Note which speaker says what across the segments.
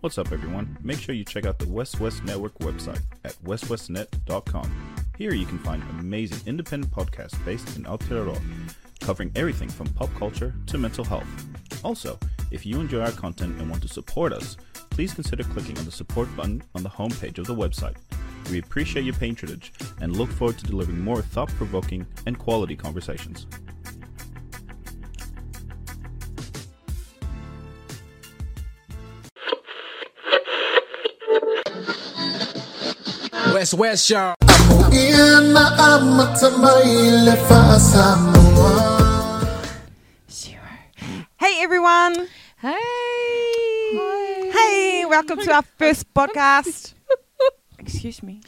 Speaker 1: What's up, everyone? Make sure you check out the West West Network website at westwestnet.com. Here you can find amazing independent podcasts based in Aotearoa, covering everything from pop culture to mental health. Also, if you enjoy our content and want to support us, please consider clicking on the support button on the homepage of the website. We appreciate your patronage and look forward to delivering more thought provoking and quality conversations.
Speaker 2: West West y'all.
Speaker 3: Hey everyone!
Speaker 4: Hey.
Speaker 3: Hey, welcome to our first podcast. Excuse me.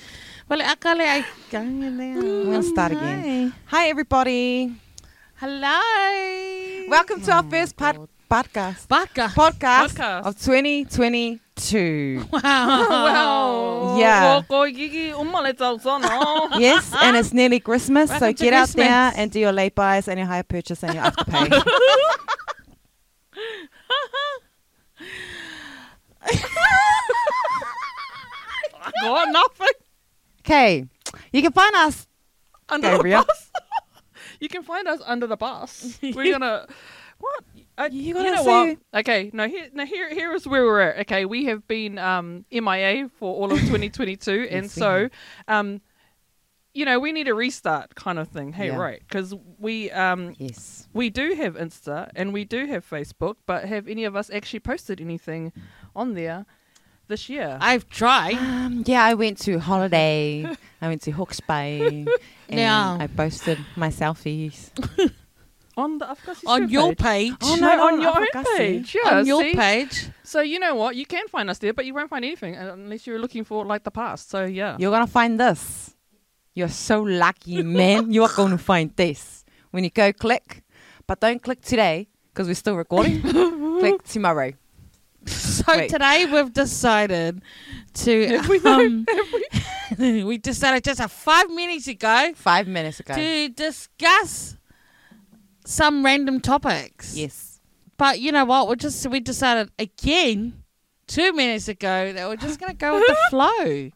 Speaker 4: Well, akala ay gang in there.
Speaker 3: I'm gonna start again. Hi everybody!
Speaker 4: Hello.
Speaker 3: Welcome to our first pod- podcast.
Speaker 4: Baka.
Speaker 3: Podcast,
Speaker 5: Podcast.
Speaker 3: of 2022.
Speaker 5: Wow.
Speaker 3: Yeah.
Speaker 5: Ko gigi umaletausana.
Speaker 3: yes, and it's nearly Christmas, so
Speaker 4: Welcome to
Speaker 3: get out there
Speaker 4: Christmas.
Speaker 3: and do your late buys and your higher purchase and your afterpay.
Speaker 5: Got nothing.
Speaker 3: Okay, you can find us.
Speaker 5: Under
Speaker 3: Gabriel.
Speaker 5: the bus. You can find us under the bus. We're gonna. What? I, you,
Speaker 3: gotta
Speaker 5: know what?
Speaker 3: say-
Speaker 5: Okay, no, here, now here, here is where we're at. Okay, we have been um, MIA for all of 2022, and
Speaker 3: we
Speaker 5: so, um, you know, we need a restart kind of thing. Hey,
Speaker 3: Yeah.
Speaker 5: right? Because we um,
Speaker 3: Yes.
Speaker 5: we do have Insta and we do have Facebook, but have any of us actually posted anything on there this year?
Speaker 4: I've tried.
Speaker 3: Um, yeah, I went to holiday. I went to Hawke's Bay. And
Speaker 4: Yeah.
Speaker 3: I posted my selfies.
Speaker 5: on the of course it's
Speaker 4: On your page.
Speaker 3: Oh,
Speaker 5: no,
Speaker 3: no,
Speaker 5: on
Speaker 3: no,
Speaker 5: your
Speaker 3: I've
Speaker 5: own
Speaker 3: got
Speaker 5: page.
Speaker 3: you.
Speaker 5: Yeah,
Speaker 4: on your
Speaker 5: see?
Speaker 4: page.
Speaker 5: So you know what? You can find us there, but you won't find anything unless you're looking for like the past. So yeah.
Speaker 3: You're gonna find this. You're so lucky, man. you are gonna find this. When you go click, but don't click today because we're still recording. click tomorrow.
Speaker 4: So
Speaker 3: Wait.
Speaker 4: today we've decided to.
Speaker 5: Have we though?
Speaker 4: um, we decided just a five minutes ago
Speaker 3: Five minutes ago.
Speaker 4: to discuss some random topics.
Speaker 3: Yes.
Speaker 4: But you know what? We just we decided again two minutes ago that we're just gonna go with the flow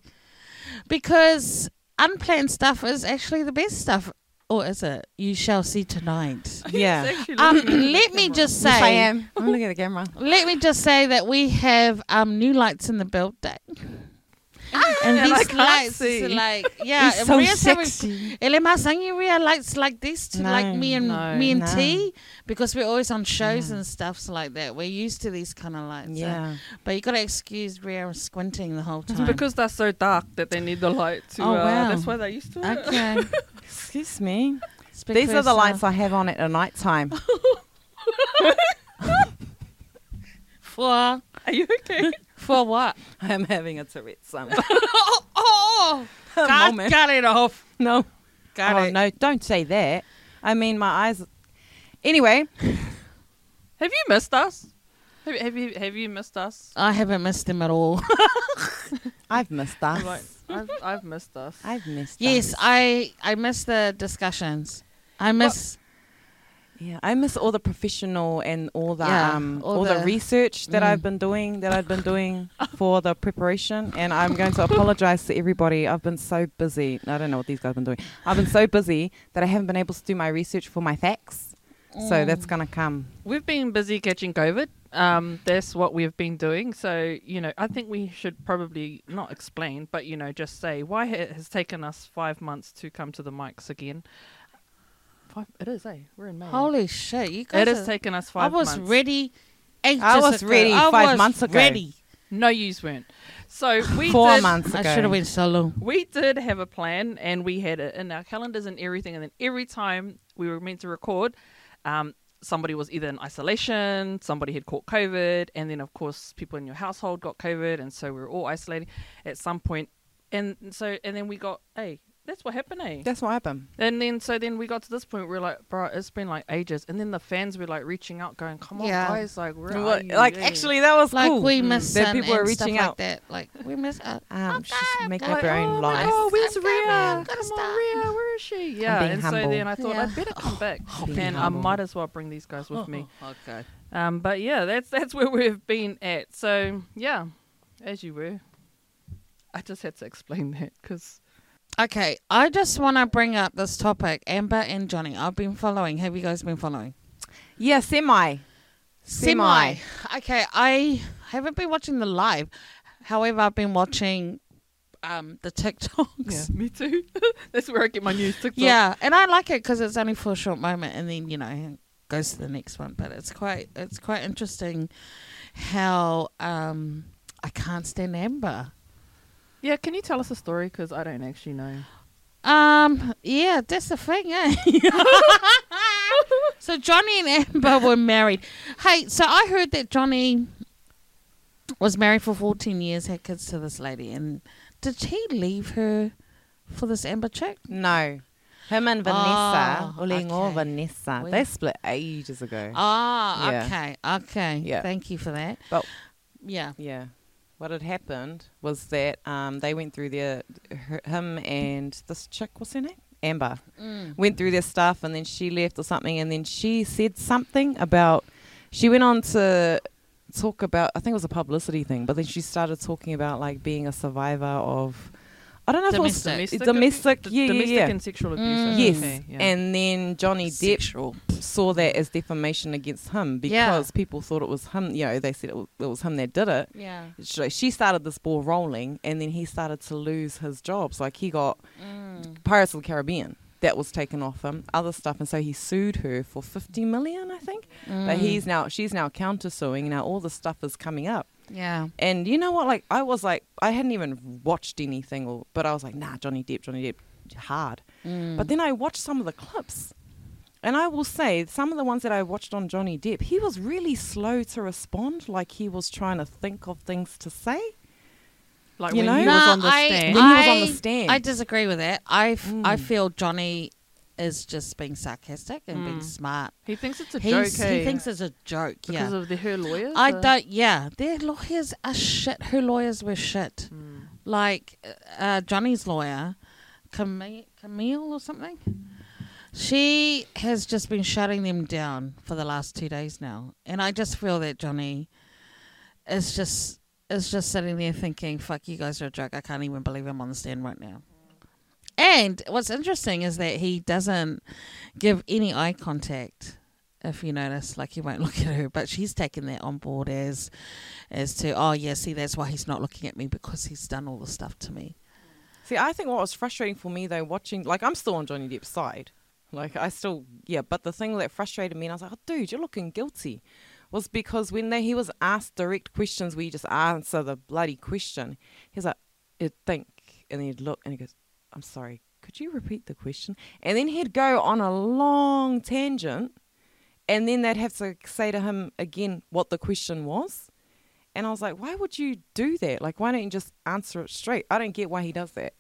Speaker 4: because unplanned stuff is actually the best stuff, or is it? You shall see tonight.
Speaker 3: Yeah.
Speaker 5: Actually,
Speaker 4: Um,
Speaker 5: look at the
Speaker 4: let me
Speaker 5: camera.
Speaker 4: just
Speaker 3: Yes, I
Speaker 4: say.
Speaker 3: am. I'm looking at the camera.
Speaker 4: Let me just say that we have um, new lights in the building.
Speaker 3: Ah,
Speaker 4: and
Speaker 5: and I
Speaker 4: these
Speaker 5: can't
Speaker 4: lights
Speaker 5: see.
Speaker 4: are like yeah,
Speaker 3: He's
Speaker 4: and
Speaker 3: so
Speaker 4: Maria's having-
Speaker 3: sexy.
Speaker 4: Elema Sangiria likes like this to
Speaker 3: No,
Speaker 4: like me and
Speaker 5: no,
Speaker 4: me and
Speaker 3: no.
Speaker 4: T because we're always on shows and stuffs like that. We're used to these kind of lights. so-
Speaker 3: Yeah.
Speaker 4: But you gotta excuse Rhea squinting the whole
Speaker 5: It's
Speaker 4: time.
Speaker 5: because they're so dark that they need the light to.
Speaker 4: Oh,
Speaker 5: uh,
Speaker 4: wow. Uh,
Speaker 5: That's why they used to. it.
Speaker 4: Okay. uh,
Speaker 3: Excuse me.
Speaker 4: Speak
Speaker 3: These
Speaker 4: for
Speaker 3: are the lights
Speaker 4: yourself.
Speaker 3: I have on at a night time.
Speaker 4: for
Speaker 5: Are you okay?
Speaker 4: for what?
Speaker 3: I'm having a Tourette's um,
Speaker 4: oh, oh, oh. God,
Speaker 3: moment.
Speaker 4: cut it off.
Speaker 3: No.
Speaker 4: Got
Speaker 3: oh
Speaker 4: it.
Speaker 3: no, don't say that. I mean my eyes anyway.
Speaker 5: have you missed us? Have, have you have you missed us?
Speaker 4: I haven't missed them at all.
Speaker 3: I've missed us.
Speaker 5: Like I've, I've missed us.
Speaker 3: I've missed
Speaker 4: yes,
Speaker 3: us.
Speaker 4: I I miss the discussions. I miss
Speaker 3: Yeah, I miss all the professional and all the
Speaker 4: Yeah,
Speaker 3: um, all,
Speaker 4: all
Speaker 3: the, Mm.
Speaker 4: the-
Speaker 3: research that I've been doing that I've been doing for the preparation. And I'm going to apologize to everybody. I've been so busy. I don't know what these guys have been doing. I've been so busy that I haven't been able to do my research for my facts. So that's gonna come.
Speaker 5: We've been busy catching COVID. Um, that's what we've been doing. So, you know, I think we should probably not explain, but, you know, just say why it has taken us five months to come to the mics again. Five, it is, eh? We're in May.
Speaker 4: holy shit, you guys
Speaker 5: it has
Speaker 4: are-
Speaker 5: taken us
Speaker 4: I
Speaker 5: five
Speaker 4: was
Speaker 5: months.
Speaker 4: ready ages
Speaker 3: I was
Speaker 4: ago.
Speaker 3: ready
Speaker 4: I
Speaker 3: five
Speaker 4: was
Speaker 3: months ago.
Speaker 4: Ready.
Speaker 5: No, yous weren't. So we
Speaker 3: Four
Speaker 5: did,
Speaker 3: months
Speaker 4: I
Speaker 3: ago.
Speaker 4: should have went solo.
Speaker 5: We did have a plan and we had it in our calendars and everything. And then every time we were meant to record, um, somebody was either in isolation, somebody had caught COVID, and then, of course, people in your household got COVID. And so we were all isolating at some point. And so, and then we got, hey, that's what happened, eh?
Speaker 3: That's what happened.
Speaker 5: and then, so then we got to this point, we are like, bro, it's been like ages. And then the fans were like reaching out, going, come on,
Speaker 4: Yeah.
Speaker 5: guys, like, where are
Speaker 3: Well,
Speaker 5: you?
Speaker 3: like
Speaker 5: Yeah.
Speaker 3: actually, that was
Speaker 4: Like
Speaker 3: cool.
Speaker 4: we miss
Speaker 3: that
Speaker 4: and,
Speaker 3: people
Speaker 4: and
Speaker 3: are
Speaker 4: stuff
Speaker 3: reaching
Speaker 4: like
Speaker 3: out.
Speaker 4: that. Like we miss. Uh,
Speaker 3: Um, she's
Speaker 4: I'm
Speaker 3: making
Speaker 4: going
Speaker 3: up her own
Speaker 4: home.
Speaker 3: lies.
Speaker 5: Oh, where's
Speaker 4: I'm
Speaker 5: Rhea?
Speaker 4: coming, I'm
Speaker 5: Come
Speaker 4: gonna
Speaker 5: on,
Speaker 4: stop.
Speaker 5: Rhea, where is she? Yeah,
Speaker 3: being
Speaker 5: and so
Speaker 3: humble.
Speaker 5: then I thought
Speaker 4: Yeah.
Speaker 5: I'd better come back,
Speaker 3: being
Speaker 5: and I
Speaker 3: humble.
Speaker 5: might as well bring these guys with me.
Speaker 4: Okay.
Speaker 5: Um, but yeah, that's that's where we've been at. So yeah, as you were. I just had to explain that because
Speaker 4: Okay, I just want to bring up this topic, Amber and Johnny. I've been following. Have you guys been following?
Speaker 3: Yeah, semi. Semi.
Speaker 4: Okay, I haven't been watching the live. However, I've been watching um, the
Speaker 5: yeah,
Speaker 4: TikToks. Yeah.
Speaker 5: me too. That's where I get my news. TikTok.
Speaker 4: and I like it because it's only for a short moment, and then you know it goes to the next one. But it's quite it's quite interesting how um, I can't stand Amber.
Speaker 5: yeah. Can you tell us a story? Because I don't actually know.
Speaker 4: Um, yeah, that's the thing, eh? so Johnny and Amber were married. Hey, so I heard that Johnny was married for 14 years, had kids to this lady, and did he leave her for this Amber chick?
Speaker 3: No. Him and Vanessa,
Speaker 4: Oh,
Speaker 3: Ulingo
Speaker 4: okay.
Speaker 3: Vanessa,
Speaker 4: We-
Speaker 3: they split ages ago.
Speaker 4: Ah,
Speaker 3: Yeah.
Speaker 4: okay, okay.
Speaker 3: Yeah.
Speaker 4: Thank you for that.
Speaker 3: But-
Speaker 4: yeah.
Speaker 3: Yeah. What had happened was that um, they went through their, her, him and this chick, what's her name? Amber,
Speaker 4: Mm.
Speaker 3: went through their stuff and then she left or something. And then she said something about, she went on to talk about, I think it was a publicity thing, but then she started talking about like being a survivor of, I don't know if it was
Speaker 5: Domestic,
Speaker 3: domestic,
Speaker 5: abuse-
Speaker 3: yeah, yeah,
Speaker 5: domestic
Speaker 3: yeah.
Speaker 5: and sexual abuse. I
Speaker 4: Mm.
Speaker 5: think,
Speaker 3: Yes.
Speaker 5: eh? Yeah.
Speaker 3: And then Johnny Depp saw that as defamation against him because
Speaker 4: Yeah.
Speaker 3: people thought it was him. You know, they said it was, it was him that did it.
Speaker 4: Yeah.
Speaker 3: So she started this ball rolling, and then he started to lose his jobs. Like he got
Speaker 4: Mm.
Speaker 3: Pirates of the Caribbean that was taken off him, other stuff, and so he sued her for fifty million, I think.
Speaker 4: mm,
Speaker 3: But he's now she's now countersuing. Now all this stuff is coming up.
Speaker 4: Yeah.
Speaker 3: And you know what? Like I was like I hadn't even watched anything, or but I was like, nah, Johnny Depp, Johnny Depp, hard.
Speaker 4: mm.
Speaker 3: But then I watched some of the clips. And I will say, some of the ones that I watched on Johnny Depp, he was really slow to respond, like he was trying to think of things to say.
Speaker 5: like
Speaker 3: you
Speaker 5: when
Speaker 3: know?
Speaker 5: he was
Speaker 4: Nah,
Speaker 5: on the
Speaker 4: I,
Speaker 5: stand.
Speaker 3: When he was
Speaker 4: I-
Speaker 3: on the stand.
Speaker 4: I disagree with that. I, f- I
Speaker 3: Mm.
Speaker 4: feel Johnny is just being sarcastic and being
Speaker 5: Mm.
Speaker 4: smart.
Speaker 5: he thinks it's a joke.
Speaker 4: He's, he
Speaker 5: eh?
Speaker 4: thinks it's a joke.
Speaker 5: because
Speaker 4: yeah.
Speaker 5: of the her lawyers. uh,
Speaker 4: I
Speaker 5: or-
Speaker 4: don't. Yeah, their lawyers are shit. Her lawyers were shit.
Speaker 5: Mm.
Speaker 4: Like uh, Johnny's lawyer, Camille, Camille or something. She has just been shutting them down for the last two days now, and I just feel that Johnny is just is just sitting there thinking, "Fuck, you guys are a joke. I can't even believe I'm on the stand right now." And what's interesting is that he doesn't give any eye contact. If you notice, like he won't look at her, but she's taken that on board as, as to oh yeah, see that's why he's not looking at me because he's done all the stuff to me.
Speaker 3: See, I think what was frustrating for me though, watching, like, I'm still on Johnny Depp's side. Like, I still, yeah, but the thing that frustrated me, and I was like, oh, dude, you're looking guilty, was because when they, he was asked direct questions where you just answer the bloody question, he's like, he'd think, and then he'd look, and he goes, I'm sorry, could you repeat the question? And then he'd go on a long tangent, and then they'd have to say to him again what the question was. And I was like, why would you do that? Like, why don't you just answer it straight? I don't get why he does that.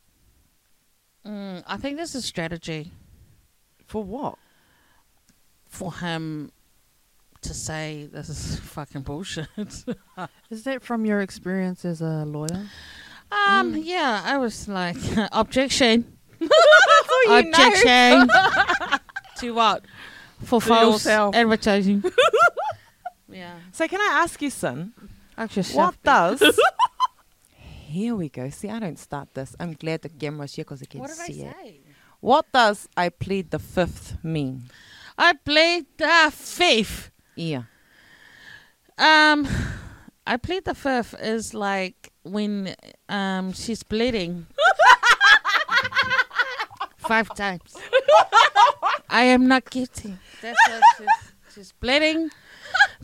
Speaker 4: Mm, I think this is strategy
Speaker 3: For what?
Speaker 4: for him to say this is fucking bullshit.
Speaker 5: Is that from your experience as a lawyer?
Speaker 4: um, yeah, I was like objection,
Speaker 3: Oh, you know.
Speaker 4: objection to what for
Speaker 5: To
Speaker 4: false
Speaker 5: yourself.
Speaker 4: advertising. yeah,
Speaker 3: So can I ask you, son,
Speaker 4: actually,
Speaker 3: what does? here we go. See, I don't start this. I'm glad the camera's here because I can
Speaker 4: What did I
Speaker 3: see it.
Speaker 4: say?
Speaker 3: What does I plead the fifth mean?
Speaker 4: I played the fifth.
Speaker 3: Yeah.
Speaker 4: Um, I plead the fifth is like when um she's bleeding five times. I am not guilty. That's what she's, she's bleeding,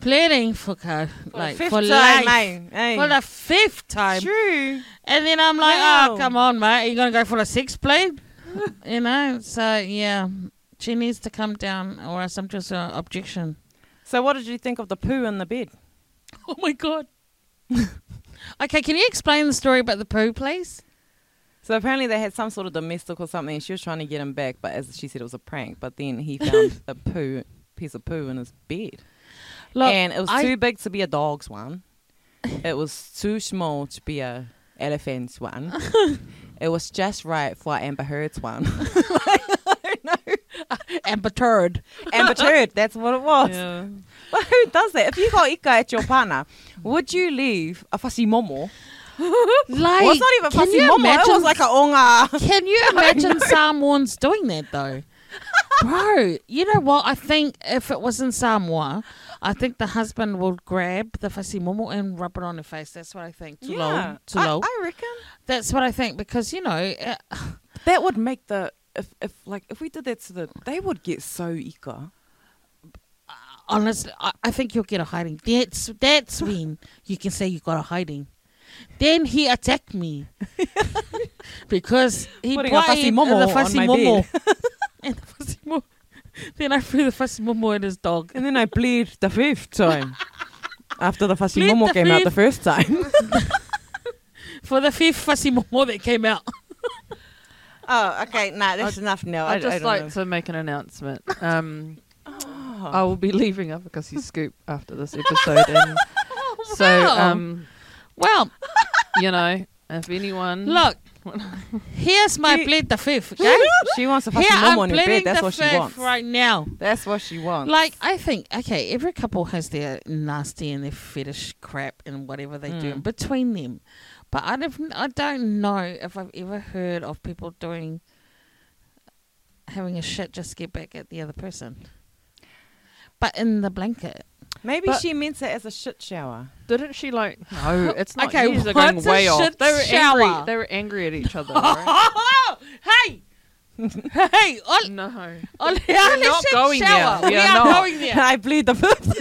Speaker 4: pleading for God, like for life. For the fifth time,
Speaker 3: True.
Speaker 4: and then I'm like,
Speaker 3: No.
Speaker 4: oh come on, mate, you gonna go for the sixth blade? you know, so yeah, she needs to come down, or else I'm just an objection.
Speaker 3: So what did you think of the poo in the bed?
Speaker 4: Oh my god. okay, can you explain the story about the poo, please?
Speaker 3: So apparently they had some sort of domestic or something. and She was trying to get him back, but as she said, it was a prank. But then he found a poo, piece of poo in his bed. and it was
Speaker 4: I-
Speaker 3: too big to be a dog's one. It was too small to be a elephant's one. it was just right for Amber Heard's one.
Speaker 4: Amber Turd.
Speaker 3: Amber Heard, that's what it was. But who does that? If you got ika at your partner, would you leave a fussy momo
Speaker 4: Like,
Speaker 3: well, it's not even
Speaker 4: can
Speaker 3: fussy
Speaker 4: you
Speaker 3: momo. It
Speaker 4: imagine
Speaker 3: was like a onga.
Speaker 4: Can you imagine Samoans doing that though? Bro, you know what? I think if it was in Samoa, I think the husband will grab the fussy momo and rub it on her face. That's what I think. Too low. Too
Speaker 3: I,
Speaker 4: low.
Speaker 3: I reckon
Speaker 4: That's what I think because, you know, uh,
Speaker 3: that would make the if if like if we did that to the they would get so eager.
Speaker 4: honestly, I, I think you'll get a hiding. That's, that's when you can say you got a hiding. Then he attacked me because he
Speaker 3: Putting a
Speaker 4: bought
Speaker 3: fussy
Speaker 4: in
Speaker 3: momo
Speaker 4: the
Speaker 3: on
Speaker 4: fussy
Speaker 3: my
Speaker 4: momo. and the fussy momo. Then I threw the fussy momo at his dog.
Speaker 3: And then I bleed the fifth time. After the fussy
Speaker 4: Bleed
Speaker 3: momo
Speaker 4: the
Speaker 3: came out the
Speaker 4: fifth.
Speaker 3: first time.
Speaker 4: for the fifth fussy momo that came out.
Speaker 3: oh, okay. Nah, that's enough now.
Speaker 5: I'd just like to Oh, make an announcement. Um,
Speaker 3: Oh.
Speaker 5: I will be leaving Advocacy Scoop after this episode. And so,
Speaker 4: Oh, Wow.
Speaker 5: um,
Speaker 4: well,
Speaker 5: you know, if anyone.
Speaker 4: look, here's my
Speaker 3: He-
Speaker 4: plead the fifth. Okay?
Speaker 3: she wants a
Speaker 4: Here
Speaker 3: fussy
Speaker 4: I'm
Speaker 3: momo in her bed.
Speaker 4: pleading
Speaker 3: That's
Speaker 4: the
Speaker 3: what she
Speaker 4: fifth
Speaker 3: wants.
Speaker 4: right now.
Speaker 3: That's what she wants.
Speaker 4: Like I think, okay, every couple has their nasty and their fetish crap and whatever they
Speaker 5: Mm.
Speaker 4: do in between them, but I don't, I don't know if I've ever heard of people doing having a shit just to get back at the other person. But in the blanket,
Speaker 3: maybe
Speaker 5: but-
Speaker 3: she meant it as a shit shower.
Speaker 5: Didn't she like? No, it's not.
Speaker 4: Okay,
Speaker 5: Okay, are going
Speaker 4: what's a
Speaker 5: way off.
Speaker 4: shit
Speaker 5: They were
Speaker 4: shower?
Speaker 5: angry. They were angry at each other. Right?
Speaker 4: hey, hey, all,
Speaker 5: no.
Speaker 4: all, we're
Speaker 5: not going there.
Speaker 4: We,
Speaker 5: We
Speaker 4: are,
Speaker 5: are not.
Speaker 4: going there.
Speaker 3: I bleed the fifth.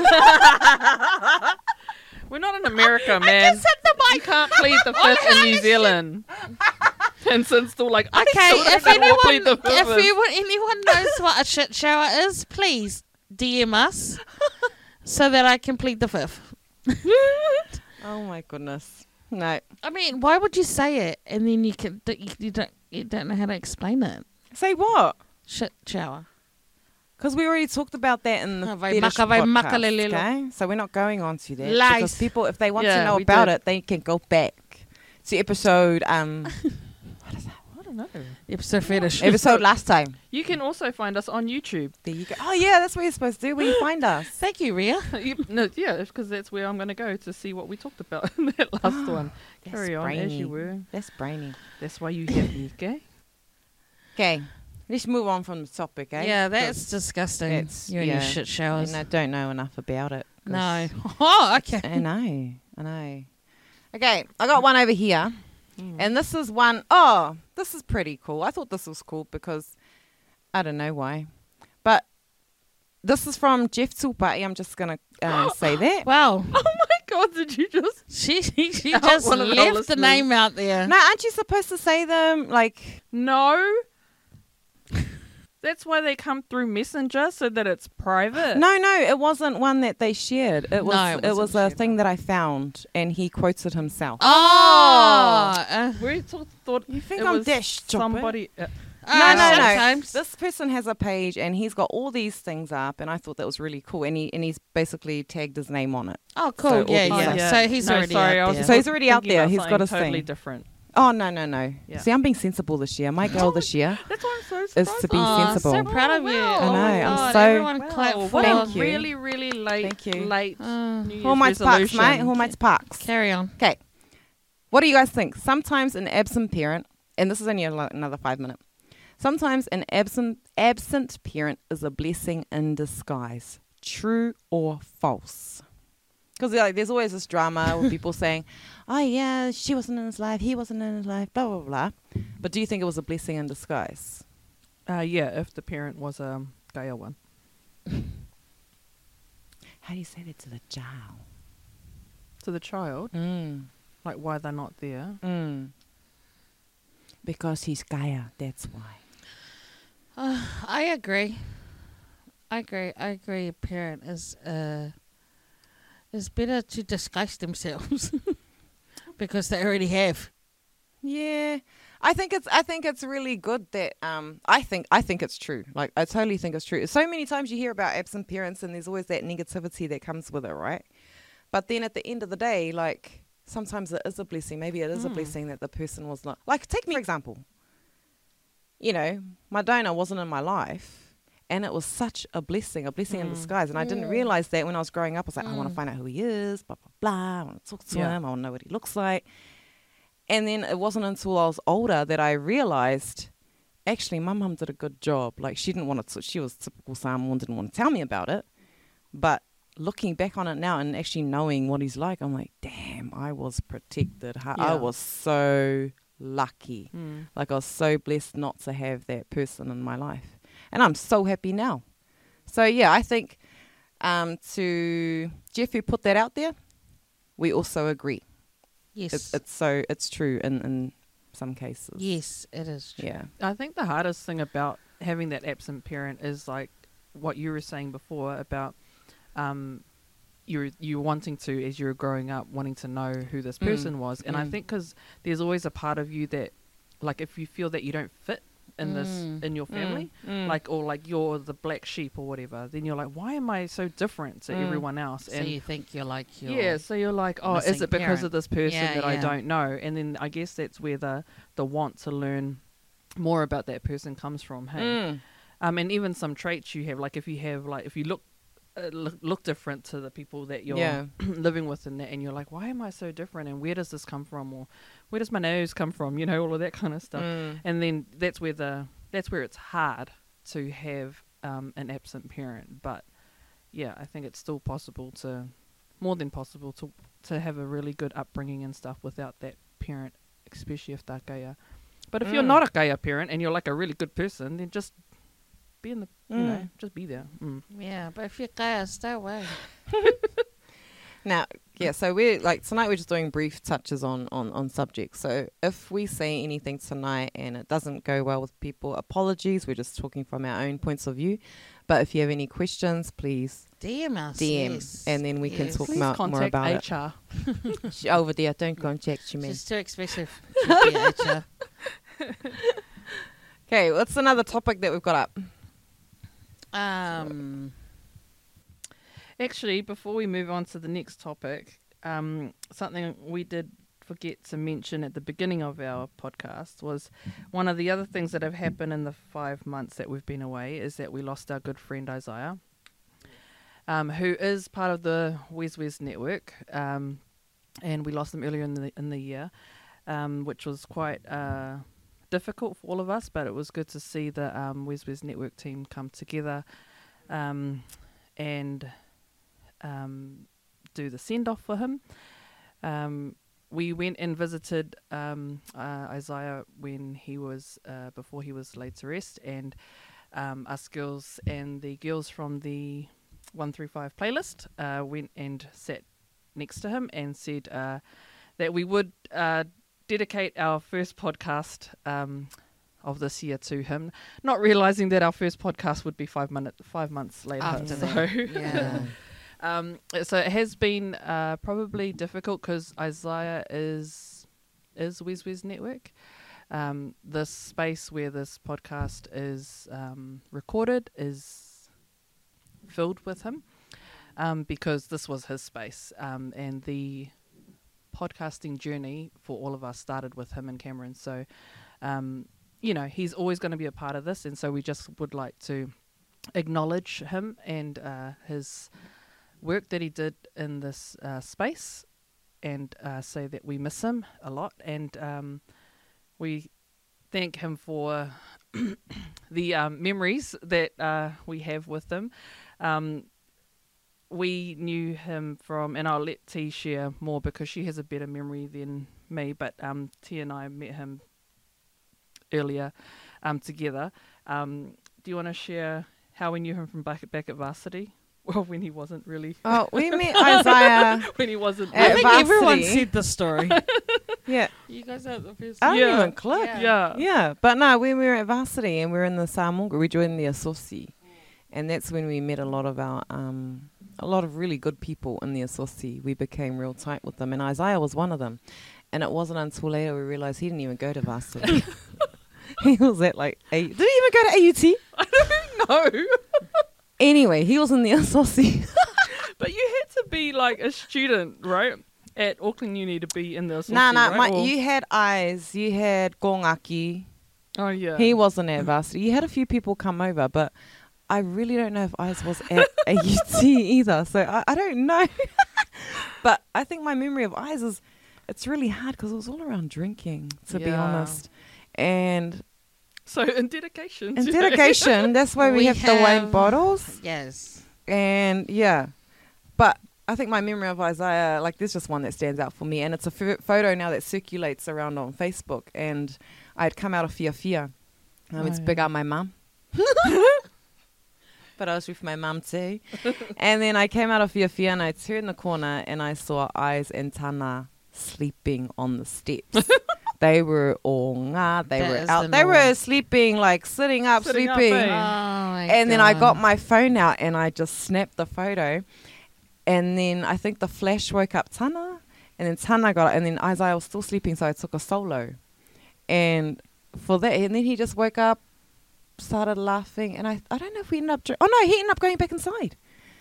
Speaker 5: We're not in America, man.
Speaker 4: just hit the
Speaker 5: You can't plead the fifth in New Zealand. and since still like, I
Speaker 4: Okay,
Speaker 5: still don't
Speaker 4: if
Speaker 5: know what plead
Speaker 4: anyone,
Speaker 5: the fifth
Speaker 4: if
Speaker 5: is.
Speaker 4: anyone, anyone knows what a shit shower is, please DM us so that I can plead the fifth.
Speaker 3: oh my goodness. No.
Speaker 4: I mean, why would you say it and then you can that you, you don't you don't know how to explain it?
Speaker 3: Say what?
Speaker 4: Shit shower.
Speaker 3: Because we already talked about that in the
Speaker 4: Ah, vai
Speaker 3: fetish
Speaker 4: maka, vai maka
Speaker 3: podcast,
Speaker 4: lelelo.
Speaker 3: okay? So we're not going on to that.
Speaker 4: Lies.
Speaker 3: Because people, if they want to
Speaker 5: Yeah,
Speaker 3: know
Speaker 5: we
Speaker 3: about
Speaker 5: did.
Speaker 3: it, they can go back to episode um
Speaker 5: I don't know.
Speaker 4: Episode fetish.
Speaker 3: episode last time.
Speaker 5: You can also find us on YouTube.
Speaker 3: There you go. Oh yeah, that's what you're supposed to do when you find us.
Speaker 4: Thank you, Ria.
Speaker 5: You- no, yeah, because that's where I'm going to go to see what we talked about in that last one.
Speaker 3: That's
Speaker 5: Carry on as
Speaker 3: brainy.
Speaker 5: you were.
Speaker 3: That's brainy.
Speaker 5: That's why you have me, okay?
Speaker 3: Okay, let's move on from the topic, eh?
Speaker 4: Yeah, that's disgusting.
Speaker 3: It's-
Speaker 4: you and your
Speaker 3: yeah.
Speaker 4: shit
Speaker 3: 'Cause-
Speaker 4: showers.
Speaker 3: And I don't know enough about it. 'cause-
Speaker 4: No. Oh, okay.
Speaker 3: I know. I know. Okay, I got one over here. And this is one oh, this is pretty cool. I thought this was cool because I don't know why. But this is from Jeff Tsupai. I'm just going to uh, say that.
Speaker 4: Wow.
Speaker 5: Oh my god, did you just.
Speaker 4: She she, she
Speaker 5: Out
Speaker 4: just
Speaker 5: one of our
Speaker 4: left the
Speaker 5: listeners.
Speaker 4: name out there.
Speaker 3: No, aren't you supposed to say them? Like,
Speaker 5: No. That's why they come through Messenger so that it's private.
Speaker 3: no, no, it wasn't one that they shared. It was,
Speaker 4: No, it
Speaker 3: it, was
Speaker 4: wasn't
Speaker 3: a thing that I found, and he quoted himself.
Speaker 4: Oh. Uh,
Speaker 5: We thought, thought
Speaker 3: You think
Speaker 5: it
Speaker 3: I'm
Speaker 5: was
Speaker 3: that stupid?
Speaker 5: somebody. Uh,
Speaker 3: No, no,
Speaker 4: uh,
Speaker 3: no.
Speaker 4: sometimes.
Speaker 3: This person has a page, and he's got all these things up, and I thought that was really cool. And he and he's basically tagged his name on it.
Speaker 4: Oh, cool.
Speaker 3: So
Speaker 4: yeah,
Speaker 3: all
Speaker 4: yeah.
Speaker 3: these-
Speaker 4: So he's
Speaker 5: no,
Speaker 4: already
Speaker 5: sorry, I
Speaker 4: out
Speaker 5: was
Speaker 4: there.
Speaker 3: So he's already out
Speaker 5: thinking
Speaker 3: there.
Speaker 5: about
Speaker 3: He's got
Speaker 5: something
Speaker 3: his
Speaker 5: totally
Speaker 3: thing.
Speaker 5: different.
Speaker 3: Oh no, no, no.
Speaker 5: Yeah.
Speaker 3: See, I'm being sensible this year. My goal this year
Speaker 5: That's why I'm Oh, so
Speaker 3: is
Speaker 5: surprised.
Speaker 3: to be
Speaker 4: Aw, so
Speaker 3: sensible.
Speaker 4: proud of you.
Speaker 5: wow.
Speaker 3: I
Speaker 4: Oh my
Speaker 3: know, I'm
Speaker 4: God,
Speaker 3: so-
Speaker 4: Everyone
Speaker 5: Wow,
Speaker 4: clap for
Speaker 5: what a
Speaker 3: Thank you.
Speaker 5: really, really late,
Speaker 3: Thank you. Ah.
Speaker 5: late
Speaker 4: Uh,
Speaker 5: New Year's
Speaker 3: Who mites parks,
Speaker 5: resolution.
Speaker 3: mate? Who mites parks?
Speaker 4: Carry on.
Speaker 3: Okay. What do you guys think? Sometimes an absent parent, and this is only a- another five minute. Sometimes an absent absent parent is a blessing in disguise. True or false? Because like, there's always this drama with people saying, "Oh yeah, she wasn't in his life, he wasn't in his life," blah blah blah. But do you think it was a blessing in disguise?
Speaker 5: Uh, yeah, if the parent was a um, gay or one.
Speaker 3: How do you say that to the child?
Speaker 5: To the child,
Speaker 3: Mm.
Speaker 5: like why they're not there.
Speaker 3: Mm. Because he's Gaia, that's why.
Speaker 4: Uh, I agree. I agree. I agree. A parent is uh, it's better to disguise themselves because they already have.
Speaker 3: Yeah. I think it's I think it's really good that um I think I think it's true. Like I totally think it's true. So many times you hear about absent parents and there's always that negativity that comes with it, right? But then at the end of the day, like sometimes it is a blessing. Maybe it is a blessing that the person was not like take me for example. You know, my donor wasn't in my life and it was such a blessing, a blessing in disguise. And I didn't realise that when I was growing up. I was like, I want to find out who he is, blah blah blah. I want to talk to
Speaker 5: Yeah.
Speaker 3: him, I want to know what he looks like. And then it wasn't until I was older that I realized actually my mum did a good job. Like she didn't want to, she was typical Samoan, didn't want to tell me about it. But looking back on it now and actually knowing what he's like, I'm like, damn, I was protected. Ha- I
Speaker 5: Yeah.
Speaker 3: was so lucky.
Speaker 4: Hmm.
Speaker 5: Mm.
Speaker 3: Like I was so blessed not to have that person in my life. And I'm so happy now. So yeah, I think um, to Jeff who put that out there, we also agree.
Speaker 4: Yes.
Speaker 3: It's, it's so it's true in, in some cases.
Speaker 4: yes, it is true.
Speaker 3: Yeah.
Speaker 5: I think the hardest thing about having that absent parent is like what you were saying before about um, you you wanting to as you were growing up wanting to know who this
Speaker 3: Mm.
Speaker 5: person was, and I
Speaker 3: Mm.
Speaker 5: think because there's always a part of you that like if you feel that you don't fit in
Speaker 4: Mm.
Speaker 5: this in your family.
Speaker 3: Mm.
Speaker 4: Hmm.
Speaker 5: Like or like you're the black sheep or whatever, then you're like, why am I so different to
Speaker 3: Mm.
Speaker 5: everyone else?
Speaker 4: So you think you're like your
Speaker 5: yeah, so you're like, oh, is
Speaker 4: missing
Speaker 5: it because
Speaker 4: parent.
Speaker 5: of this person
Speaker 4: Yeah,
Speaker 5: that
Speaker 4: yeah.
Speaker 5: I don't know? And then I guess that's where the the want to learn more about that person comes from. Hey,
Speaker 4: Mm. Hmm.
Speaker 5: um, and even some traits you have, like if you have, like if you look uh, look, look different to the people that you're
Speaker 3: Yeah.
Speaker 5: living with, and that, and you're like, why am I so different? And where does this come from? Or where does my nose come from? You know, all of that kind of stuff.
Speaker 4: Hmm.
Speaker 5: And then that's where the that's where it's hard to have um, an absent parent, but yeah, I think it's still possible to, more than possible to to have a really good upbringing and stuff without that parent, especially if they're gayer. But if you're
Speaker 3: Mm.
Speaker 5: not a gayer parent and you're like a really good person, then just be in the you know
Speaker 3: Mm.
Speaker 5: just be there. Mm.
Speaker 4: Yeah, but if you're gay, stay away.
Speaker 3: Now, yeah, so we're like tonight we're just doing brief touches on on on subjects. So if we say anything tonight and it doesn't go well with people, apologies. We're just talking from our own points of view. But if you have any questions, please
Speaker 4: DM us.
Speaker 3: DM,
Speaker 4: yes.
Speaker 3: and then we can
Speaker 4: Yes.
Speaker 3: talk more, more about it.
Speaker 5: HR.
Speaker 3: She- Over there, don't contact you, man.
Speaker 4: She's too expensive. Yeah, HR.
Speaker 3: Okay, what's another topic that we've got up?
Speaker 4: um,
Speaker 5: Actually, before we move on to the next topic, um, something we did forget to mention at the beginning of our podcast was one of the other things that have happened in the five months that we've been away is that we lost our good friend Isaiah, um, who is part of the Wes Wes network, um, and we lost him earlier in the in the year, um, which was quite. Uh, difficult for all of us but it was good to see the um, Wes Wes network team come together um, and um, do the send off for him. Um, we went and visited um, uh, Isaiah when he was uh, before he was laid to rest, and um, us girls and the girls from the one three five playlist uh, went and sat next to him and said uh, that we would uh, dedicate our first podcast um, of this year to him, not realizing that our first podcast would be five minute five months later.
Speaker 4: after
Speaker 5: so.
Speaker 4: that. Yeah.
Speaker 5: Um, so it has been uh, probably difficult because Isaiah is is Wiz Wiz Network. Um, this space where this podcast is um, recorded is filled with him um, because this was his space, um, and the podcasting journey for all of us started with him and Cameron. So, um, you know, he's always going to be a part of this, and so we just would like to acknowledge him and uh, his work that he did in this uh, space and uh, say that we miss him a lot and um, we thank him for the um, memories that uh, we have with him. Um, we knew him from, and I'll let T share more because she has a better memory than me, but um, T and I met him earlier um, together. Um, do you want to share how we knew him from back, back at varsity? Well, when he wasn't really,
Speaker 3: Oh, we met Isaiah.
Speaker 5: when he wasn't,
Speaker 3: At
Speaker 4: I
Speaker 5: really-
Speaker 4: think everyone
Speaker 3: varsity.
Speaker 4: said this story.
Speaker 3: yeah,
Speaker 4: you guys are the first.
Speaker 3: I don't
Speaker 5: Yeah.
Speaker 3: even click.
Speaker 5: yeah.
Speaker 3: Yeah, but no, when we were at varsity and we were in the Samoa, we joined the Asosi, and that's when we met a lot of our um, a lot of really good people in the Asosi. We became real tight with them, and Isaiah was one of them. And it wasn't until later we realised he didn't even go to varsity. he was at like eight. Did he even go to AUT?
Speaker 5: No,
Speaker 3: Anyway, he was in the Asosi.
Speaker 5: but you had to be like a student, right? At Auckland Uni to be in the associate,
Speaker 3: nah, nah,
Speaker 5: right?
Speaker 3: mate,
Speaker 5: Or-
Speaker 3: you had eyes. You had Gongaki.
Speaker 5: oh yeah,
Speaker 3: He wasn't at varsity. You had a few people come over, but I really don't know if Eyes was at AUT either. So I, I don't know. but I think my memory of Eyes is it's really hard because it was all around drinking, to be
Speaker 4: Yeah.
Speaker 3: honest. And
Speaker 5: So in dedication.
Speaker 3: and
Speaker 5: today-
Speaker 3: dedication, that's why we,
Speaker 4: We
Speaker 3: have, the wine
Speaker 4: have-
Speaker 3: bottles.
Speaker 4: Yes.
Speaker 3: And yeah, but I think my memory of Isaiah, like, there's just one that stands out for me. And it's a pho- photo now that circulates around on Facebook. And I had come out of Fia Fia. Um,
Speaker 4: Oh,
Speaker 3: It's
Speaker 5: Right.
Speaker 3: big out my mum. but I was with my mum too. and then I came out of Fia Fia and I turned the corner and I saw Eyes and Tana sleeping on the steps. they were all ngā, they
Speaker 4: That
Speaker 3: were
Speaker 4: is
Speaker 3: out.
Speaker 4: the
Speaker 3: they were
Speaker 4: norm.
Speaker 3: sleeping, like sitting up,
Speaker 5: Sitting up,
Speaker 3: sleeping
Speaker 4: Oh
Speaker 5: eh?
Speaker 4: my
Speaker 3: and then I got
Speaker 4: God.
Speaker 3: my phone out and I just snapped the photo. And then I think the flash woke up Tana, and then Tana got and then Isaiah was still sleeping, so I took a solo. And for that, and then he just woke up, started laughing, and I I don't know if we ended up. Dr- oh no, he ended up going back inside.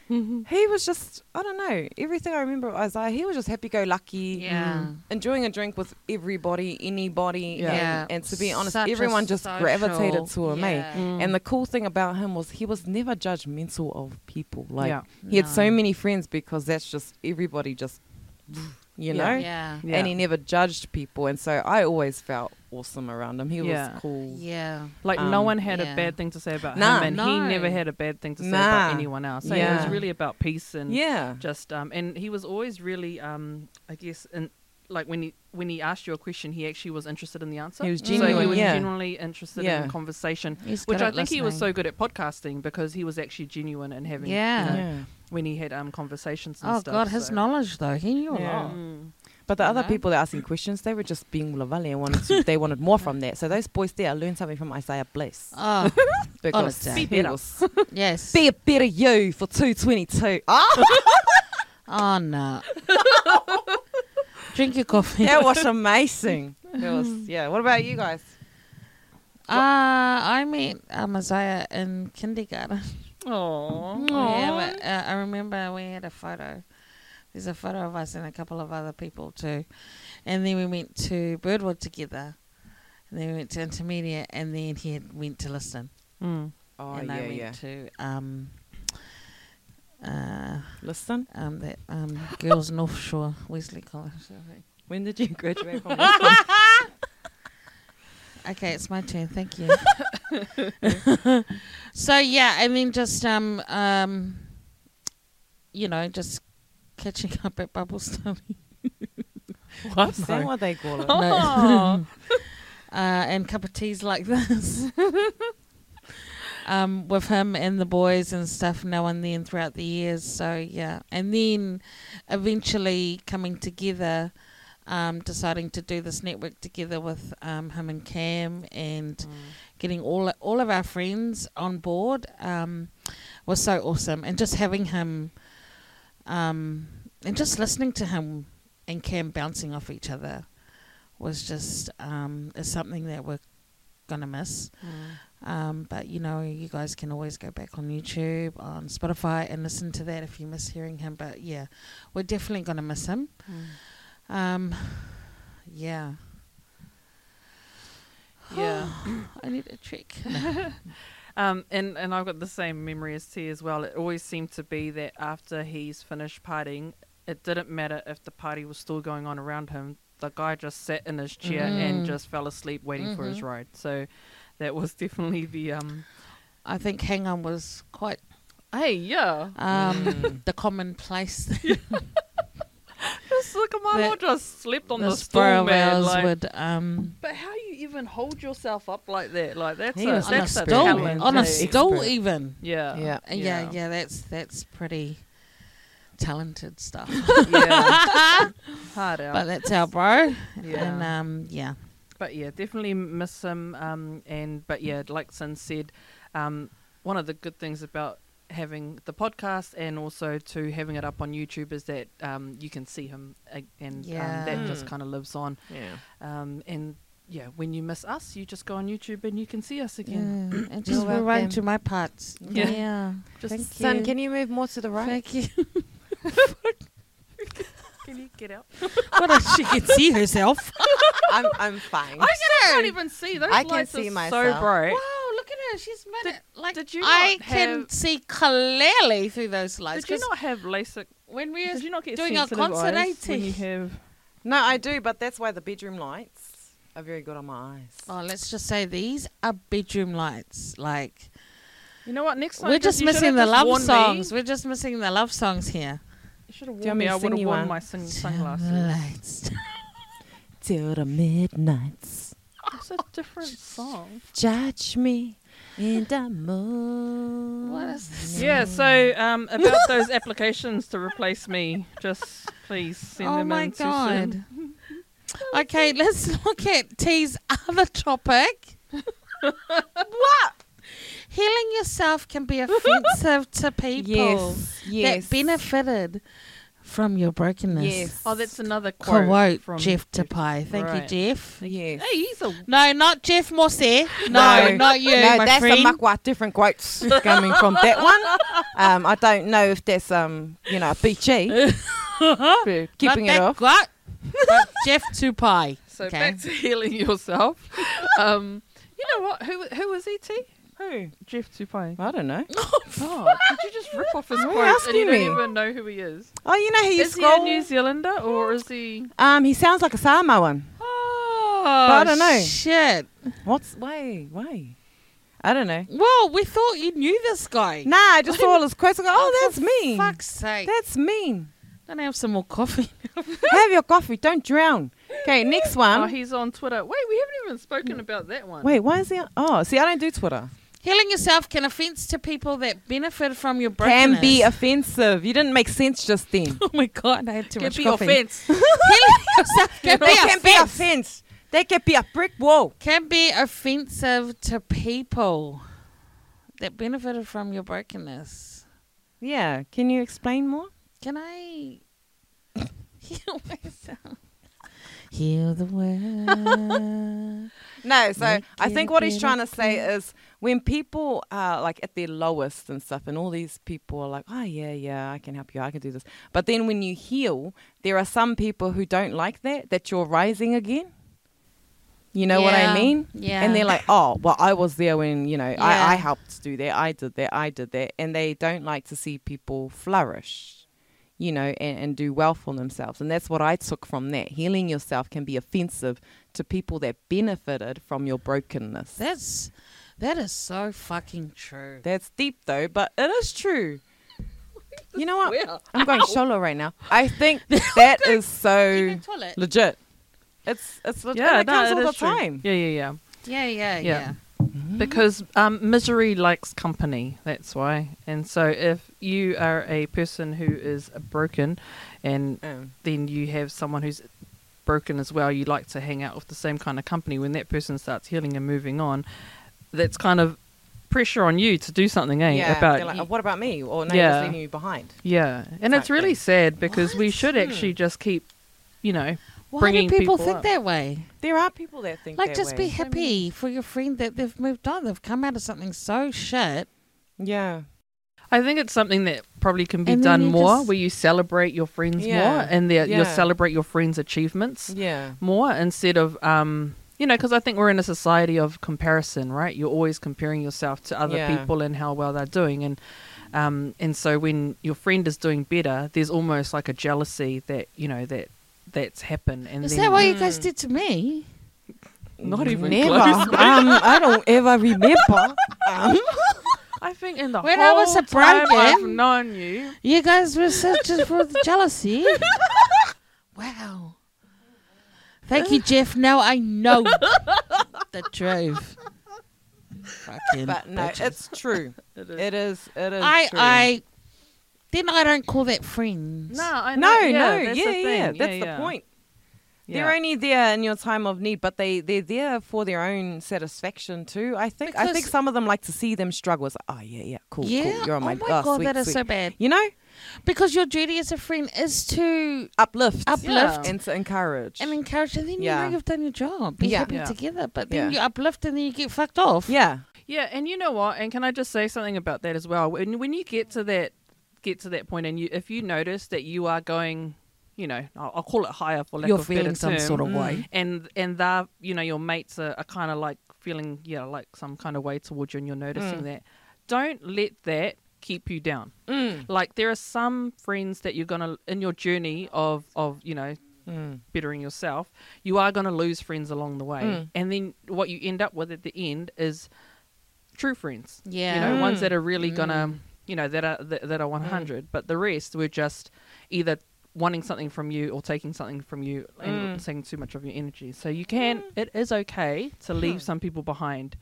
Speaker 3: He was just I don't know everything I remember of Isaiah. He was just happy go lucky, Mm.
Speaker 4: Yeah.
Speaker 3: enjoying a drink with everybody, anybody,
Speaker 5: Yeah.
Speaker 3: and,
Speaker 4: Yeah.
Speaker 3: and to be honest,
Speaker 4: Such a
Speaker 3: everyone just gravitated to
Speaker 4: social-
Speaker 3: him. eh?
Speaker 4: yeah.
Speaker 5: Mm.
Speaker 3: And the cool thing about him was he was never judgmental of people. Like
Speaker 5: Yeah.
Speaker 3: he had so
Speaker 4: No.
Speaker 3: many friends because that's just everybody just you
Speaker 5: Yeah.
Speaker 3: know.
Speaker 4: Yeah.
Speaker 5: Yeah.
Speaker 3: And he never judged people and so I always felt awesome around him. He
Speaker 5: Yeah.
Speaker 3: was cool.
Speaker 4: Yeah.
Speaker 5: Like no
Speaker 3: Um,
Speaker 5: one had
Speaker 4: yeah.
Speaker 5: a bad thing to say about
Speaker 3: Nah.
Speaker 5: him, and he
Speaker 4: No.
Speaker 5: never had a bad thing to say
Speaker 3: Nah.
Speaker 5: about anyone else. So it
Speaker 3: Yeah.
Speaker 5: was really about peace and
Speaker 3: Yeah.
Speaker 5: just um, and he was always really um, I guess and like when he when he asked you a question, he actually was interested in the answer.
Speaker 3: He was
Speaker 5: so he
Speaker 3: genuine,
Speaker 5: was
Speaker 3: yeah.
Speaker 5: genuinely interested
Speaker 3: Yeah.
Speaker 5: in conversation,
Speaker 4: He's
Speaker 5: which
Speaker 4: good
Speaker 5: I
Speaker 4: at
Speaker 5: think he was
Speaker 4: listening.
Speaker 5: so good at podcasting because he was actually genuine and having you
Speaker 4: Yeah.
Speaker 5: know,
Speaker 3: Yeah.
Speaker 5: when he had um conversations. And
Speaker 4: Oh
Speaker 5: stuff,
Speaker 4: God, his
Speaker 5: so-
Speaker 4: knowledge though, he knew
Speaker 3: Yeah.
Speaker 4: a lot.
Speaker 5: Mm.
Speaker 3: But the
Speaker 4: You
Speaker 3: other
Speaker 4: know?
Speaker 3: people that asking questions, they were just being lovely and wanted to, they wanted more from that. So those boys there learned something from Isaiah Bliss.
Speaker 4: Oh,
Speaker 3: Because
Speaker 4: honest,
Speaker 3: he
Speaker 5: Be better.
Speaker 3: was-
Speaker 4: yes.
Speaker 3: be a better you for two twenty two. Ah
Speaker 4: Oh no. Drink your coffee.
Speaker 3: that was amazing. It was yeah. What about you guys?
Speaker 4: Uh, I met uh, Messiah in kindergarten.
Speaker 5: Aww.
Speaker 4: Oh, Yeah, but, uh, I remember we had a photo. There's a photo of us and a couple of other people too. And then we went to Birdwood together. And then we went to Intermediate. And then he had went to Liston.
Speaker 5: Mm.
Speaker 3: Oh
Speaker 4: and I
Speaker 3: yeah,
Speaker 4: went
Speaker 3: yeah.
Speaker 4: to um, uh,
Speaker 3: Listen.
Speaker 4: um, that um, Girls North Shore, Wesley College.
Speaker 3: When did you graduate from
Speaker 4: Okay, it's my turn. Thank you. so yeah, I mean, just um, um, you know, just catching up at Bubble Stone.
Speaker 5: What?
Speaker 3: Saying what they call it.
Speaker 4: No.
Speaker 5: Oh.
Speaker 4: uh, and cup of teas like this. um, with him and the boys and stuff now and then throughout the years. So yeah, and then eventually coming together, um, deciding to do this network together with um, him and Cam and getting all all of our friends on board um, was so awesome, and just having him, um, and just listening to him and Cam bouncing off each other was just um, is something that we're gonna miss.
Speaker 5: Mm.
Speaker 4: Um, but you know, you guys can always go back on YouTube, on Spotify, and listen to that if you miss hearing him. But yeah, we're definitely gonna miss him.
Speaker 5: Hmm.
Speaker 4: Um, yeah,
Speaker 5: Yeah.
Speaker 4: I need a trick.
Speaker 5: Um, and, and I've got the same memory as T as well. It always seemed to be that after he's finished partying, it didn't matter if the party was still going on around him. The guy just sat in his chair
Speaker 4: Mm.
Speaker 5: and just fell asleep waiting for his
Speaker 4: Mhm.
Speaker 5: ride. So that was definitely the um.
Speaker 4: I think Hang On was quite
Speaker 5: Hey, yeah.
Speaker 4: um, the commonplace
Speaker 5: Just look at my
Speaker 4: That-
Speaker 5: mom just slept on the
Speaker 4: this
Speaker 5: stool,
Speaker 4: borough
Speaker 5: man.
Speaker 4: ours
Speaker 5: Like,
Speaker 4: would um,
Speaker 5: but how you even hold yourself up like that? Like that's
Speaker 3: He
Speaker 5: a,
Speaker 3: was
Speaker 5: that's
Speaker 4: on a
Speaker 5: a
Speaker 4: stool,
Speaker 5: talent.
Speaker 3: talent,
Speaker 4: on a
Speaker 5: eh?
Speaker 3: st-
Speaker 4: stool
Speaker 3: Expert.
Speaker 4: even.
Speaker 5: Yeah.
Speaker 3: Yeah.
Speaker 4: Uh, Yeah. yeah, that's that's pretty talented stuff.
Speaker 5: Yeah. Hard out.
Speaker 4: but that's our bro,
Speaker 5: Yeah.
Speaker 4: and um, yeah,
Speaker 5: But yeah, definitely miss him. Um, and but yeah, like Sin said, um, one of the good things about having the podcast and also to having it up on YouTube is that um, you can see him, uh, and
Speaker 4: Yeah.
Speaker 5: um, that just
Speaker 3: Mm.
Speaker 5: kind of lives on.
Speaker 3: Yeah.
Speaker 5: Um, and yeah, when you miss us, you just go on YouTube and you can see us
Speaker 4: yeah.
Speaker 5: again.
Speaker 4: and just
Speaker 3: You're
Speaker 4: we're right
Speaker 3: welcome.
Speaker 4: to my parts. Yeah,
Speaker 5: Yeah. Just
Speaker 4: thank
Speaker 3: Son,
Speaker 4: you.
Speaker 3: can you move more to the right?
Speaker 4: Thank you.
Speaker 5: can you get out?
Speaker 4: what if she can see herself?
Speaker 3: I'm, I'm fine.
Speaker 5: I can't even see. Those
Speaker 3: I can
Speaker 5: lights
Speaker 3: see
Speaker 5: are
Speaker 3: myself.
Speaker 5: so bright.
Speaker 4: Wow, look at her. She's made
Speaker 5: Did-
Speaker 4: it. Like
Speaker 5: did you
Speaker 4: I
Speaker 5: not
Speaker 4: can
Speaker 5: have-
Speaker 4: see clearly through those lights.
Speaker 5: Did you
Speaker 4: 'cause
Speaker 5: not have LASIK?
Speaker 4: when we were
Speaker 5: Did you not get
Speaker 4: doing our
Speaker 5: sensitive eyes
Speaker 4: concert
Speaker 5: when you
Speaker 4: eighty?
Speaker 5: have?
Speaker 3: No, I do, but that's why the bedroom lights are very good on my eyes.
Speaker 4: Oh, let's just say these are bedroom lights. Like
Speaker 5: You know what? Next time
Speaker 4: we're
Speaker 5: you
Speaker 4: just
Speaker 5: you
Speaker 4: missing
Speaker 5: should've
Speaker 4: the
Speaker 5: just
Speaker 4: love
Speaker 5: warned me.
Speaker 4: songs. We're just missing the love songs here.
Speaker 5: You should have
Speaker 3: Do you
Speaker 5: warned me. I
Speaker 3: want me to
Speaker 5: would have
Speaker 3: sing you
Speaker 5: worn
Speaker 3: one?
Speaker 5: my sun- sunglasses.
Speaker 4: Lights.
Speaker 3: Till the midnights,
Speaker 5: It's a different song.
Speaker 3: judge me in the moon.
Speaker 4: What is this?
Speaker 5: Yeah. So um, about those applications to replace me, just please send
Speaker 4: oh
Speaker 5: them
Speaker 4: my
Speaker 5: in too
Speaker 4: god.
Speaker 5: soon.
Speaker 4: okay, let's look at T's other topic. what? Healing yourself can be offensive to people
Speaker 3: Yes, yes.
Speaker 4: that benefited from your brokenness.
Speaker 3: Yes.
Speaker 5: Oh, that's another quote,
Speaker 4: Quote,
Speaker 5: from
Speaker 4: Jeff Tapai. Thank
Speaker 5: Right.
Speaker 4: you, Jeff.
Speaker 3: Yes.
Speaker 5: Hey, he's a
Speaker 4: No, not Jeff Morse. No, not you,
Speaker 3: No,
Speaker 4: my
Speaker 3: that's
Speaker 4: friend.
Speaker 3: a muckwat. Different quotes coming from that one. Um, I don't know if that's um, you know, BG. We're keeping
Speaker 4: Not
Speaker 3: it
Speaker 4: that
Speaker 3: off.
Speaker 4: guy, but Jeff Tapai.
Speaker 5: so back to healing yourself. um, you know what? Who who was he? T?
Speaker 3: Who?
Speaker 5: Jeff Tupai.
Speaker 3: I don't know.
Speaker 5: Oh, did you just rip off his
Speaker 3: Why are you
Speaker 5: quotes and you
Speaker 3: asking
Speaker 5: don't
Speaker 3: me?
Speaker 5: even know who he is?
Speaker 3: Oh, you know he
Speaker 5: Is he a New Zealander or is he?
Speaker 3: Um, he sounds like a Samoan.
Speaker 4: Oh,
Speaker 3: I don't know.
Speaker 4: Shit.
Speaker 3: What's why? Why? I don't know.
Speaker 4: Well, we thought you knew this guy.
Speaker 3: Nah, I just saw all his quotes. I go, oh, that's
Speaker 4: for
Speaker 3: mean.
Speaker 4: Fuck's sake.
Speaker 3: That's mean.
Speaker 4: Gonna have some more coffee.
Speaker 3: Have your coffee. Don't drown. Okay, next one.
Speaker 5: oh, he's on Twitter. Wait, we haven't even spoken about that one.
Speaker 3: Wait, why is he? Oh, see, I don't do Twitter.
Speaker 4: Healing yourself can offense to people that benefit from your brokenness.
Speaker 3: Can be offensive. You didn't make sense just then.
Speaker 4: Oh my god, I had too
Speaker 5: Can
Speaker 4: much
Speaker 5: be
Speaker 4: coffee.
Speaker 5: offense.
Speaker 4: Healing yourself can be
Speaker 3: They can be
Speaker 4: offense.
Speaker 3: offense. They can be a brick wall.
Speaker 4: Can be offensive to people that benefited from your brokenness.
Speaker 3: Yeah. Can you explain more?
Speaker 4: Can I heal myself? Heal the world.
Speaker 3: No. So
Speaker 4: Make
Speaker 3: I
Speaker 4: it
Speaker 3: think
Speaker 4: a
Speaker 3: what he's
Speaker 4: better
Speaker 3: trying to say is when people are like at their lowest and stuff, and all these people are like, oh, yeah, yeah, I can help you. I can do this. But then when you heal, there are some people who don't like that, that you're rising again. You know what
Speaker 4: Yeah,
Speaker 3: I mean?
Speaker 4: yeah.
Speaker 3: And they're like, oh, well, I was there when, you know,
Speaker 4: Yeah.
Speaker 3: I, I helped do that. I did that. I did that. And they don't like to see people flourish, you know, and, and do well for themselves. And that's what I took from that. Healing yourself can be offensive to people that benefited from your brokenness.
Speaker 4: That's that is so fucking true.
Speaker 3: That's deep though, but it is true. You know what?
Speaker 5: Where?
Speaker 3: I'm going solo right now. I think that is so
Speaker 4: toilet.
Speaker 3: legit. It's it's legit.
Speaker 5: Yeah,
Speaker 3: it comes
Speaker 5: no, it
Speaker 3: all the
Speaker 5: is true.
Speaker 3: time.
Speaker 5: Yeah, yeah, yeah.
Speaker 4: Yeah, yeah, yeah.
Speaker 5: because um, misery likes company. That's why. And so, if you are a person who is broken, and
Speaker 3: Mm.
Speaker 5: then you have someone who's broken as well, you like to hang out with the same kind of company. When that person starts healing and moving on, that's kind of pressure on you to do something, eh?
Speaker 3: Yeah,
Speaker 5: about
Speaker 3: they're like, "Oh, what about me? Or no,
Speaker 5: Yeah.
Speaker 3: just leaving you behind.
Speaker 5: yeah, and
Speaker 3: type
Speaker 5: it's really
Speaker 3: thing.
Speaker 5: sad because we
Speaker 4: What?
Speaker 5: should actually just keep, you know,
Speaker 4: Why
Speaker 5: bringing
Speaker 4: do people,
Speaker 5: people
Speaker 4: think
Speaker 5: up.
Speaker 4: that way?
Speaker 3: There are people that think
Speaker 4: Like,
Speaker 3: that
Speaker 4: just
Speaker 3: way.
Speaker 4: be happy for your friend that they've moved on. They've come out of something so shit.
Speaker 3: Yeah,
Speaker 5: I think it's something that probably can be
Speaker 4: And then
Speaker 5: done
Speaker 4: you
Speaker 5: more,
Speaker 4: just-
Speaker 5: where you celebrate your friends more
Speaker 3: Yeah,
Speaker 5: and their, you
Speaker 3: yeah.
Speaker 5: celebrate your friends' achievements
Speaker 3: yeah,
Speaker 5: more instead of, um, you know, because I think we're in a society of comparison, right? You're always comparing yourself to other
Speaker 3: Yeah.
Speaker 5: people and how well they're doing, and um, and so when your friend is doing better, there's almost like a jealousy that you know that that's happened, and
Speaker 4: Is
Speaker 5: then
Speaker 4: that what you guys did to me?
Speaker 5: not even
Speaker 3: Never.
Speaker 5: close.
Speaker 3: um, I don't ever remember. Um,
Speaker 5: I think in the
Speaker 4: When I
Speaker 5: whole
Speaker 4: was a
Speaker 5: time I've
Speaker 4: broken-
Speaker 5: known you,
Speaker 4: You guys were such a for the jealousy. wow. Thank you, Jeff. Now I know the truth. Fucking
Speaker 3: but no,
Speaker 4: bitches.
Speaker 3: it's true. It is. It is.
Speaker 4: I,
Speaker 3: true.
Speaker 4: I, then I don't call that friends.
Speaker 5: No, I
Speaker 3: No,
Speaker 5: know.
Speaker 3: no,
Speaker 5: yeah,
Speaker 3: yeah,
Speaker 5: that's
Speaker 3: yeah,
Speaker 5: the thing.
Speaker 3: that's the
Speaker 5: yeah.
Speaker 3: point.
Speaker 5: Yeah.
Speaker 3: They're only there in your time of need, but they they're there for their own satisfaction too. I think I think
Speaker 4: Because-
Speaker 3: some of them like to see them struggle. It's like, oh yeah, yeah, cool,
Speaker 4: Yeah.
Speaker 3: cool. You're on my,
Speaker 4: oh my god,
Speaker 3: sweet,
Speaker 4: that is
Speaker 3: sweet.
Speaker 4: so bad.
Speaker 3: You know,
Speaker 4: Because your duty as a friend is to
Speaker 3: uplift,
Speaker 4: Uplift.
Speaker 3: and to encourage.
Speaker 4: and encourage, and then you
Speaker 3: Yeah.
Speaker 4: know you've done your job. Be
Speaker 3: Yeah.
Speaker 4: happy
Speaker 5: Yeah.
Speaker 4: together, but then
Speaker 3: Yeah.
Speaker 4: you uplift and then you get fucked off.
Speaker 3: yeah,
Speaker 5: Yeah, and you know what? And can I just say something about that as well? When when you get to that get to that point, and you if you notice that you are going, you know, I'll, I'll call it higher for lack
Speaker 4: You're
Speaker 5: of a better
Speaker 4: feeling some
Speaker 5: term, mm,
Speaker 4: sort of way.
Speaker 5: and and they're you know your mates are, are kind of like feeling yeah like some kind of way towards you, and you're noticing
Speaker 4: Mm.
Speaker 5: that. Don't let that keep you
Speaker 4: Mm.
Speaker 5: down. Like there are some friends that you're gonna in your journey of of you know bettering yourself, you are going to lose friends along the way.
Speaker 4: Mm.
Speaker 5: And then what you end up with at the end is true friends.
Speaker 4: Yeah.
Speaker 5: You know, ones
Speaker 4: Mm.
Speaker 5: that are really going to, you know, that are that, that are 100, but the rest were just either wanting something from you or taking something from you and
Speaker 4: Mm.
Speaker 5: taking too much of your energy. So you can it is okay
Speaker 4: Hmm.
Speaker 5: to leave some people behind,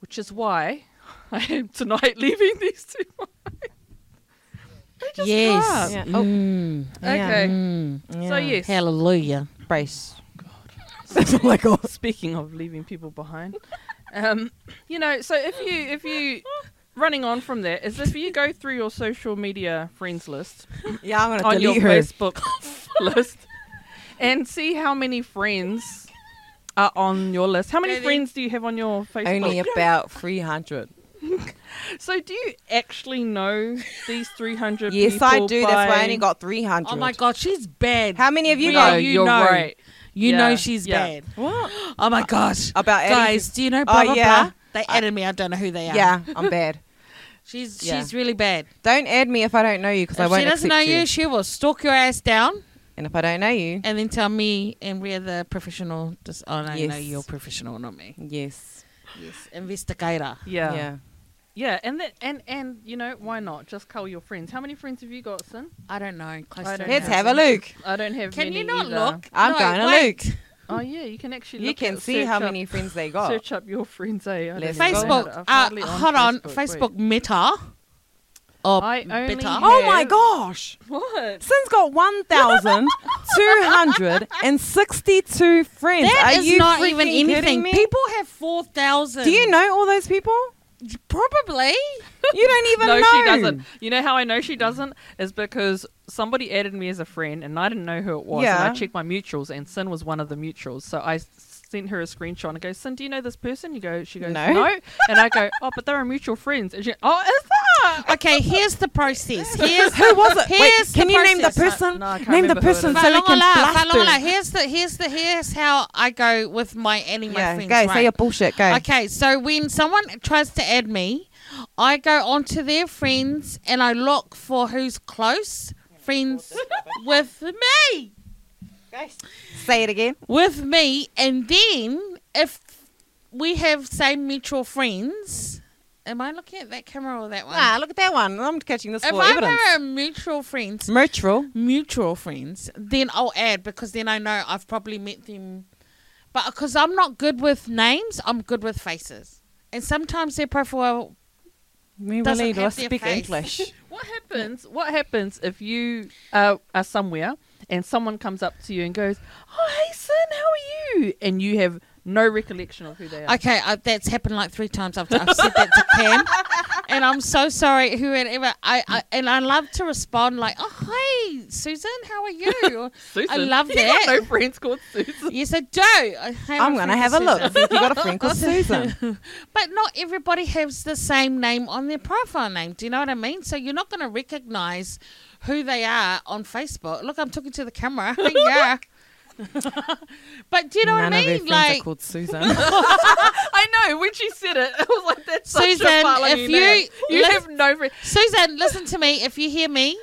Speaker 5: which is why I am tonight leaving these two. behind. I just
Speaker 4: yes.
Speaker 3: can't. Yeah. Oh.
Speaker 4: Mm.
Speaker 5: Okay.
Speaker 4: Mm.
Speaker 5: So yes.
Speaker 4: Hallelujah.
Speaker 3: brace. oh,
Speaker 5: Speaking of leaving people behind, um, you know, so if you if you running on from there is if you go through your social media friends list
Speaker 3: Yeah, I'm gonna
Speaker 5: on your
Speaker 3: delete her.
Speaker 5: Facebook list and see how many friends are on your list. How many
Speaker 4: Really?
Speaker 5: friends do you have on your Facebook?
Speaker 3: Only about 300.
Speaker 5: so do you actually know these 300
Speaker 3: Yes,
Speaker 5: people?
Speaker 3: I do. That's why I only
Speaker 5: by-
Speaker 3: got 300.
Speaker 4: Oh my God, she's bad.
Speaker 3: How many of you
Speaker 5: Yeah,
Speaker 3: got?
Speaker 4: No, you
Speaker 5: you're
Speaker 4: know.
Speaker 5: right.
Speaker 4: You
Speaker 5: Yeah,
Speaker 4: know she's
Speaker 5: yeah.
Speaker 4: bad.
Speaker 3: What?
Speaker 4: Oh my gosh.
Speaker 3: About adding
Speaker 4: guys, do you know blah
Speaker 3: Oh,
Speaker 4: blah
Speaker 3: yeah.
Speaker 4: blah? They added me. I don't know who they are.
Speaker 3: Yeah, I'm bad.
Speaker 4: She's
Speaker 3: Yeah.
Speaker 4: she's really bad.
Speaker 3: Don't add me if I don't know you because I
Speaker 4: If
Speaker 3: won't
Speaker 4: she doesn't
Speaker 3: accept
Speaker 4: know
Speaker 3: you.
Speaker 4: you, she will stalk your ass down
Speaker 3: And if I don't know you,
Speaker 4: and then tell me and we're the professional dis- oh no, no,
Speaker 3: Yes.
Speaker 4: you're professional, not me.
Speaker 3: yes.
Speaker 4: Yes. Investigator.
Speaker 5: Yeah. yeah.
Speaker 3: Yeah.
Speaker 5: and that and and you know, why not? Just cull your friends. How many friends have you got, Sin?
Speaker 4: I don't know. Close
Speaker 5: I
Speaker 4: to
Speaker 5: don't
Speaker 3: Let's
Speaker 5: know.
Speaker 3: have a look.
Speaker 5: I don't have
Speaker 4: Can
Speaker 5: many
Speaker 4: you not
Speaker 5: either.
Speaker 4: look?
Speaker 3: I'm
Speaker 4: No,
Speaker 3: going to
Speaker 4: wait.
Speaker 3: look.
Speaker 5: Oh yeah, you can actually
Speaker 3: You
Speaker 5: look
Speaker 3: can
Speaker 5: at-
Speaker 3: see
Speaker 5: search
Speaker 3: how
Speaker 5: up-
Speaker 3: many friends they got.
Speaker 5: Search up your friends, eh? I
Speaker 3: Let's
Speaker 5: don't even know.
Speaker 4: Facebook.
Speaker 5: I'm
Speaker 4: Uh,
Speaker 5: hardly
Speaker 4: hold on. Facebook
Speaker 5: wait.
Speaker 4: Meta. Or
Speaker 5: I only
Speaker 4: Beta.
Speaker 5: have-
Speaker 3: Oh my gosh.
Speaker 5: What?
Speaker 3: Sin's got 1,262 friends.
Speaker 4: That
Speaker 3: Are
Speaker 4: is
Speaker 3: you
Speaker 4: not
Speaker 3: freaking
Speaker 4: even
Speaker 3: kidding
Speaker 4: anything.
Speaker 3: Me?
Speaker 4: People have four thousand.
Speaker 3: Do you know all those people?
Speaker 4: Probably.
Speaker 3: You don't even
Speaker 5: no,
Speaker 3: know.
Speaker 5: she doesn't. You know how I know she doesn't is because somebody added me as a friend, and I didn't know who it was. And
Speaker 3: Yeah.
Speaker 5: I checked my mutuals, and Sin was one of the mutuals. So I s- sent her a screenshot and I go, Sin, do you know this person? You go, she goes,
Speaker 3: No.
Speaker 5: no. and I go, oh, but they're our mutual friends. And she, oh, is that?
Speaker 4: Okay, here's the process. Here's
Speaker 3: Who was it? Wait,
Speaker 4: Here's
Speaker 3: can
Speaker 4: the
Speaker 3: you name the
Speaker 4: process.
Speaker 3: person?
Speaker 5: No, I can't
Speaker 3: name the
Speaker 5: remember who it
Speaker 3: person
Speaker 5: is.
Speaker 3: so we can
Speaker 4: Falongola,
Speaker 3: blast
Speaker 4: Falongola.
Speaker 3: them.
Speaker 4: Here's the here's the here's how I go with my adding my
Speaker 3: Yeah,
Speaker 4: friends.
Speaker 3: go. Say
Speaker 4: right?
Speaker 3: your bullshit. Go.
Speaker 4: Okay, so when someone tries to add me, I go onto their friends and I look for who's close friends with me.
Speaker 3: Say it again.
Speaker 4: With me, and then if we have same mutual friends, am I looking at that camera or that one?
Speaker 3: Ah, look at that one. I'm catching this
Speaker 4: if
Speaker 3: for
Speaker 4: I'm
Speaker 3: evidence.
Speaker 4: a mutual friends,
Speaker 3: Mutual.
Speaker 4: mutual friends, then I'll add because then I know I've probably met them. But because I'm not good with names, I'm good with faces. And sometimes their profile.
Speaker 3: We
Speaker 4: Doesn't
Speaker 3: really
Speaker 4: have their
Speaker 3: speak
Speaker 4: face.
Speaker 3: English.
Speaker 5: What happens? What happens if you uh, are somewhere and someone comes up to you and goes, "Oh, hey, Sin, how are you?" And you have no recollection of who they are.
Speaker 4: Okay, I, that's happened like three times after I've said that to Cam. And I'm so sorry, whoever. I, I and I love to respond like, "Oh, hey, Susan, how are you?" Or,
Speaker 5: Susan,
Speaker 4: I love
Speaker 5: you
Speaker 4: that.
Speaker 5: Got no friends called Susan.
Speaker 4: yes, I do. I have a
Speaker 3: I'm going to
Speaker 4: friend
Speaker 3: have a
Speaker 4: called
Speaker 3: look.
Speaker 4: Susan.
Speaker 3: See if you got a friend called Susan.
Speaker 4: But not everybody has the same name on their profile name. Do you know what I mean? So you're not going to recognize who they are on Facebook. Look, I'm talking to the camera. yeah. but do you know
Speaker 3: None
Speaker 4: what I
Speaker 3: of her
Speaker 4: mean?
Speaker 3: friends
Speaker 4: Like,
Speaker 3: are called Susan.
Speaker 5: I know when she said it, it was like that's such
Speaker 4: Susan,
Speaker 5: a Balinese
Speaker 4: if
Speaker 5: name.
Speaker 4: you
Speaker 5: you
Speaker 4: lis-
Speaker 5: have no friends.
Speaker 4: Susan, listen to me. If you hear me,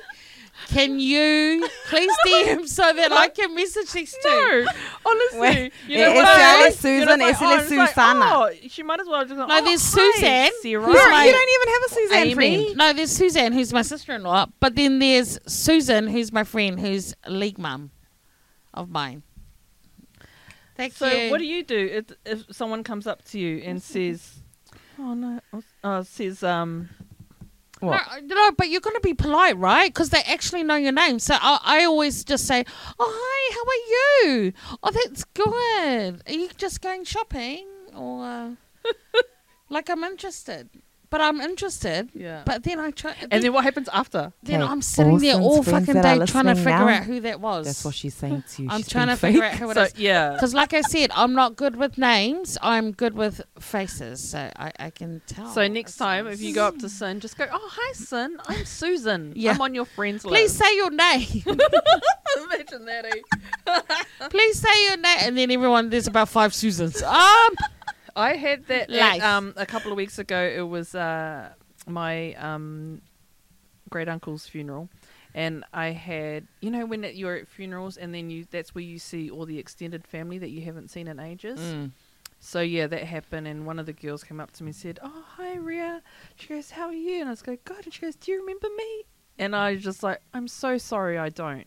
Speaker 4: can you please DM so that I can message these two?
Speaker 5: No, honestly,
Speaker 3: Wait,
Speaker 5: you
Speaker 3: it
Speaker 5: know
Speaker 3: is
Speaker 5: what I
Speaker 3: really
Speaker 5: mean?
Speaker 3: Susan,
Speaker 5: You know, it's
Speaker 3: it's
Speaker 5: like,
Speaker 3: really
Speaker 5: oh, it's like,
Speaker 3: Susanna.
Speaker 5: oh, she might as well just go.
Speaker 4: No,
Speaker 5: oh,
Speaker 4: there's
Speaker 5: hi,
Speaker 4: Susan,
Speaker 5: Sarah.
Speaker 4: who's my-
Speaker 3: you don't even have a Susan
Speaker 5: Amy?
Speaker 3: friend.
Speaker 4: No, there's Suzanne, who's my sister-in-law. But then there's Susan, who's my friend, who's league mum of mine. Thank
Speaker 5: So
Speaker 4: you.
Speaker 5: what do you do if, if someone comes up to you and says, "Oh no," uh, says, "Um,
Speaker 4: No, uh,
Speaker 3: What?
Speaker 4: no, but you're going to be polite, right? Because they actually know your name. So I, I always just say, "Oh hi, how are you? Oh, that's good. Are you just going shopping, or uh, like I'm interested? But I'm interested.
Speaker 5: yeah."
Speaker 4: But then I try.
Speaker 5: and then what happens after?
Speaker 4: then
Speaker 3: Okay,
Speaker 4: I'm sitting there
Speaker 3: Austin's
Speaker 4: all
Speaker 3: friends
Speaker 4: fucking
Speaker 3: that
Speaker 4: day
Speaker 3: are
Speaker 4: trying to
Speaker 3: listening
Speaker 4: figure
Speaker 3: now,
Speaker 4: out who that was.
Speaker 3: That's what she's saying to you.
Speaker 4: I'm
Speaker 3: She's
Speaker 4: trying to
Speaker 3: being
Speaker 4: figure out
Speaker 3: fake.
Speaker 4: who it
Speaker 5: So
Speaker 4: is.
Speaker 5: yeah,
Speaker 4: Because, like I said, I'm not good with names. I'm good with faces, so I, I can tell.
Speaker 5: So next time, if you go up to Sin, just go, "Oh, hi, Sin. I'm Susan.
Speaker 4: Yeah.
Speaker 5: I'm on your friends
Speaker 4: please
Speaker 5: list."
Speaker 4: say your name.
Speaker 5: imagine that. Eh?
Speaker 4: Please say your name, and then everyone. There's about five Susans. Um,
Speaker 5: I had that at,
Speaker 4: Life.
Speaker 5: um, a couple of weeks ago. It was uh, my um, great uncle's funeral, and I had you know when it, you're at funerals and then you that's where you see all the extended family that you haven't seen in ages.
Speaker 3: Mm.
Speaker 5: So yeah, that happened, and one of the girls came up to me and said, "Oh, hi, Ria." She goes, "How are you?" And I was like, "God," and she goes, "Do you remember me?" And I was just like, "I'm so sorry, I don't."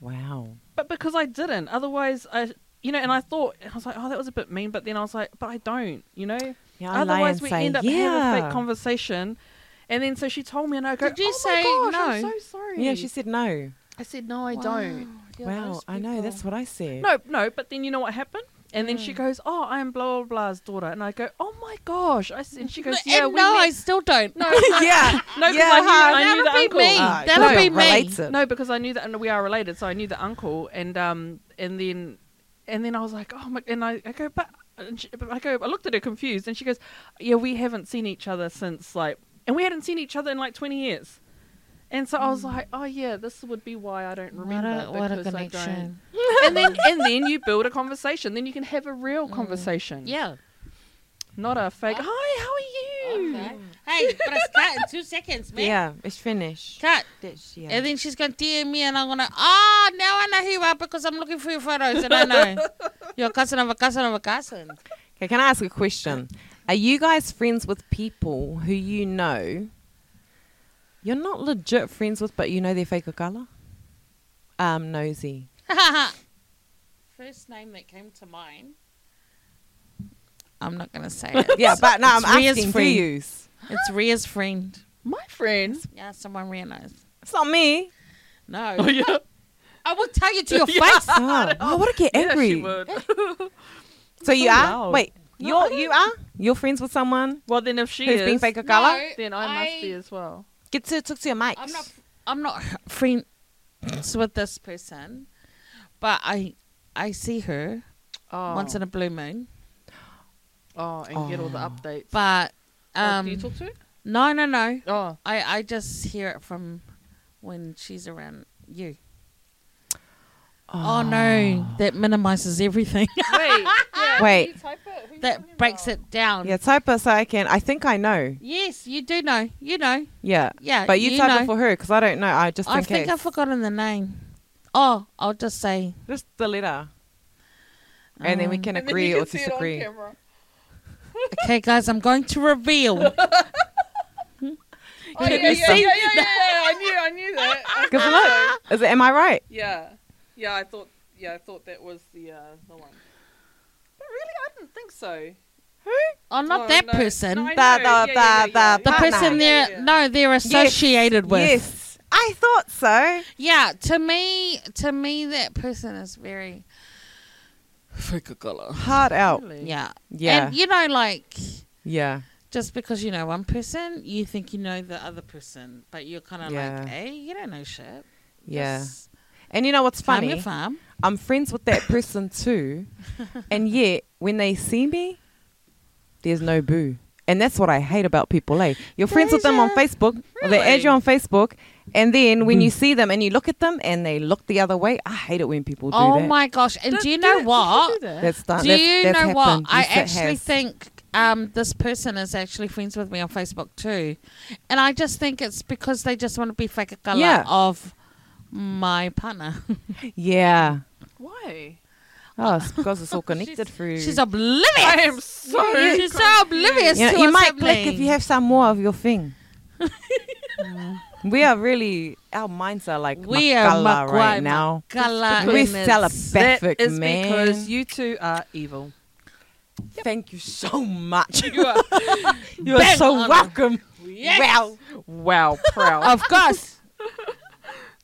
Speaker 3: Wow.
Speaker 5: But because I didn't, otherwise, I you know, and I thought I was like, "Oh, that was a bit mean," but then I was like, "But I don't," you know.
Speaker 3: Yeah, I lie
Speaker 5: Otherwise,
Speaker 3: and
Speaker 5: we
Speaker 3: say,
Speaker 5: end up having a
Speaker 3: "Yeah."
Speaker 5: fake conversation. And then so she told me, and I go,
Speaker 4: Did you
Speaker 5: "Oh
Speaker 4: say
Speaker 5: my gosh,
Speaker 4: no?"
Speaker 5: I'm so sorry."
Speaker 3: Yeah, she said no.
Speaker 5: I said, "No, I
Speaker 4: Wow.
Speaker 5: don't." Yeah,
Speaker 3: wow,
Speaker 5: those
Speaker 3: I know.
Speaker 5: people.
Speaker 3: That's what I said.
Speaker 5: No, no, but then you know what happened? And then
Speaker 4: Mm.
Speaker 5: she goes, "Oh, I am blah blah blah's daughter," and I go, "Oh my gosh!" I s- and she goes,
Speaker 4: And
Speaker 5: "Yeah, we
Speaker 4: no, I
Speaker 5: met."
Speaker 4: still don't. No,
Speaker 3: yeah.
Speaker 5: no, because
Speaker 3: Yeah,
Speaker 5: I knew,
Speaker 3: hi.
Speaker 5: I
Speaker 4: That'll
Speaker 5: knew the
Speaker 4: be
Speaker 5: uncle.
Speaker 4: me.
Speaker 3: Ah,
Speaker 4: That'll
Speaker 3: good.
Speaker 4: be me.
Speaker 3: Relates it.
Speaker 5: No, because I knew that, and we are related, so I knew the uncle, and um, and then, and then I was like, "Oh my!" And I, I go, "But," and she, but I go, I looked at her confused, and she goes, "Yeah, we haven't seen each other since like, and we hadn't seen each other in like twenty years." And so I was like, "Oh yeah, this would be why I don't
Speaker 4: Hmm. What
Speaker 5: remember."
Speaker 4: a, what a
Speaker 5: because I don't-
Speaker 4: connection.
Speaker 5: and then and then you build a conversation. Then you can have a real conversation.
Speaker 4: Hmm. Yeah.
Speaker 5: Not a fake. Hi, how are you?
Speaker 4: Hey, but it's cut in two seconds, man.
Speaker 3: Yeah, it's finished.
Speaker 4: Cut.
Speaker 3: That's- yeah.
Speaker 4: And then she's going to DM me, and I'm going to, oh, now I know who you are because I'm looking for your photos, and I know. You're a cousin of a cousin of a cousin.
Speaker 3: Okay, can I ask a question? Are you guys friends with people who you know you're not legit friends with, but you know they're fake or colour? Um, nosy.
Speaker 4: First name that came to mind. I'm not going to say it.
Speaker 3: Yeah, but no, I'm
Speaker 4: It's Ria's
Speaker 3: asking for
Speaker 4: friend.
Speaker 3: you.
Speaker 4: It's Ria's friend.
Speaker 5: My friends.
Speaker 4: Yeah, someone Ria knows.
Speaker 3: It's not me.
Speaker 4: No.
Speaker 5: Oh yeah.
Speaker 4: I will tell you to your
Speaker 5: Yeah.
Speaker 4: face.
Speaker 3: Oh, I would get angry.
Speaker 5: Yeah, she would.
Speaker 3: So you
Speaker 5: so
Speaker 3: are?
Speaker 5: loud.
Speaker 3: Wait, you're, you are? You're friends with someone
Speaker 5: well, then if she
Speaker 3: who's
Speaker 5: is,
Speaker 3: being fake or colour?
Speaker 4: No.
Speaker 5: then I, must be
Speaker 4: I-
Speaker 5: as well.
Speaker 3: Get to talk to your mates.
Speaker 4: I'm not. I'm not friends with this person, but I I see her
Speaker 5: Oh.
Speaker 4: once in a blue moon.
Speaker 5: oh, and get all the
Speaker 3: Oh.
Speaker 5: updates.
Speaker 4: But
Speaker 5: Oh,
Speaker 4: um,
Speaker 5: do you talk to her?
Speaker 4: no, no, no.
Speaker 5: Oh,
Speaker 4: I I just hear it from when she's around you. Oh, no, that minimizes everything.
Speaker 5: wait. Yeah,
Speaker 3: Wait.
Speaker 5: can you type it? Who you talking
Speaker 4: that breaks
Speaker 5: about?
Speaker 4: it down.
Speaker 3: Yeah, type it so I can. I think I know.
Speaker 4: Yes, you do know. You know.
Speaker 3: Yeah.
Speaker 4: Yeah,
Speaker 3: But you,
Speaker 4: Uh, you
Speaker 3: type
Speaker 4: know.
Speaker 3: it for her because I don't know. I just
Speaker 4: I
Speaker 3: in
Speaker 4: think
Speaker 3: case.
Speaker 4: I've forgotten the name. Oh, I'll just say.
Speaker 3: Just the letter. And then we
Speaker 4: um,
Speaker 3: can
Speaker 5: And then
Speaker 3: agree
Speaker 5: you can
Speaker 3: or
Speaker 5: see it on
Speaker 3: disagree.
Speaker 5: camera.
Speaker 4: Okay, guys, I'm going to reveal.
Speaker 5: Oh, yeah,
Speaker 3: Can you
Speaker 5: yeah, yeah, yeah,
Speaker 3: see?
Speaker 5: yeah, yeah, yeah. I knew, I knew that. I
Speaker 3: Good
Speaker 5: thought so.
Speaker 3: luck. Is it, am I right?
Speaker 5: Yeah, yeah. I thought, yeah, I thought that was the uh, the one. But really, I didn't think so.
Speaker 4: Oh, not
Speaker 5: Oh,
Speaker 4: that
Speaker 5: no.
Speaker 4: person.
Speaker 5: No, I
Speaker 3: The-
Speaker 5: know.
Speaker 3: the-
Speaker 5: Yeah, yeah,
Speaker 3: the-
Speaker 5: yeah,
Speaker 3: the
Speaker 4: the
Speaker 5: yeah.
Speaker 3: partner.
Speaker 4: person
Speaker 5: Yeah,
Speaker 4: they're
Speaker 5: yeah.
Speaker 4: no, they're associated with.
Speaker 3: Yes. I thought so.
Speaker 4: Yeah, to me, to me, that person is very fake color.
Speaker 3: Hard out.
Speaker 5: Really?
Speaker 4: Yeah,
Speaker 3: Yeah.
Speaker 4: and you know, like
Speaker 3: yeah.
Speaker 4: just because you know one person, you think you know the other person, but you're kind of
Speaker 3: Yeah.
Speaker 4: like, hey, you don't know shit.
Speaker 3: Yeah.
Speaker 4: Just
Speaker 3: And you know what's
Speaker 4: farm your
Speaker 3: funny?
Speaker 4: farm.
Speaker 3: I'm friends with that person too. and yet, when they see me, there's no boo. And that's what I hate about people, eh? You're friends with them on
Speaker 4: Deja.
Speaker 3: Facebook, or they add
Speaker 5: Really?
Speaker 3: you on Facebook, and then when you see them and you look at them and they look the other way, I hate it when people do
Speaker 4: Oh
Speaker 3: that.
Speaker 4: my gosh! And do you know what?
Speaker 3: That's done.
Speaker 4: Do
Speaker 3: that's,
Speaker 4: you
Speaker 3: that's
Speaker 4: know what?
Speaker 3: happened.
Speaker 4: I
Speaker 3: Yes, it
Speaker 4: actually
Speaker 3: has.
Speaker 4: think um, this person is actually friends with me on Facebook too, and I just think it's because they just want to be fake a color
Speaker 3: Yeah.
Speaker 4: of my partner.
Speaker 3: Yeah.
Speaker 5: Why?
Speaker 3: Oh, it's because it's all connected through.
Speaker 4: She's oblivious.
Speaker 5: I am so.
Speaker 4: She's so oblivious
Speaker 3: you, know,
Speaker 4: to
Speaker 3: you
Speaker 4: what's
Speaker 3: might
Speaker 4: happening.
Speaker 3: click if you have some more of your thing. we are really, our minds are like
Speaker 4: We are
Speaker 3: Makala right
Speaker 4: Makwai
Speaker 3: now.
Speaker 4: Makala
Speaker 3: We're
Speaker 4: in its-
Speaker 5: That
Speaker 3: telepathic,
Speaker 5: is
Speaker 3: man.
Speaker 5: because you two are evil.
Speaker 3: Thank you so much.
Speaker 5: You are.
Speaker 3: You are
Speaker 4: Bang
Speaker 3: so
Speaker 4: on 'em.
Speaker 3: welcome.
Speaker 4: Yes.
Speaker 3: Wow.
Speaker 5: wow, proud.
Speaker 4: Of course,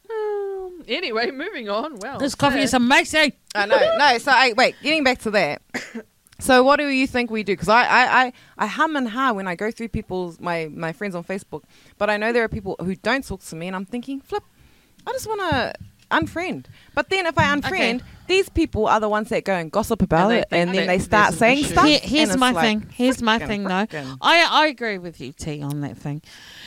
Speaker 5: Um, anyway, moving on. Well,
Speaker 4: this coffee is amazing.
Speaker 3: I know. No, so I, wait, getting back to that. So what do you think we do? Because I, I, I, I hum and ha when I go through people's my, my friends on Facebook, but I know there are people who don't talk to me, and I'm thinking, flip, I just want to unfriend. But then if I unfriend, these people are the ones that go and gossip about
Speaker 5: And they
Speaker 3: it,
Speaker 5: think
Speaker 3: and then
Speaker 5: that
Speaker 3: they start
Speaker 5: there's an
Speaker 3: saying
Speaker 5: issue.
Speaker 3: stuff.
Speaker 4: Here-
Speaker 3: and
Speaker 4: here's
Speaker 3: it's
Speaker 4: my
Speaker 3: like,
Speaker 4: thing. Here's my
Speaker 3: frickin',
Speaker 4: thing, though.
Speaker 3: frickin'.
Speaker 4: I, I agree with you, T, on that thing.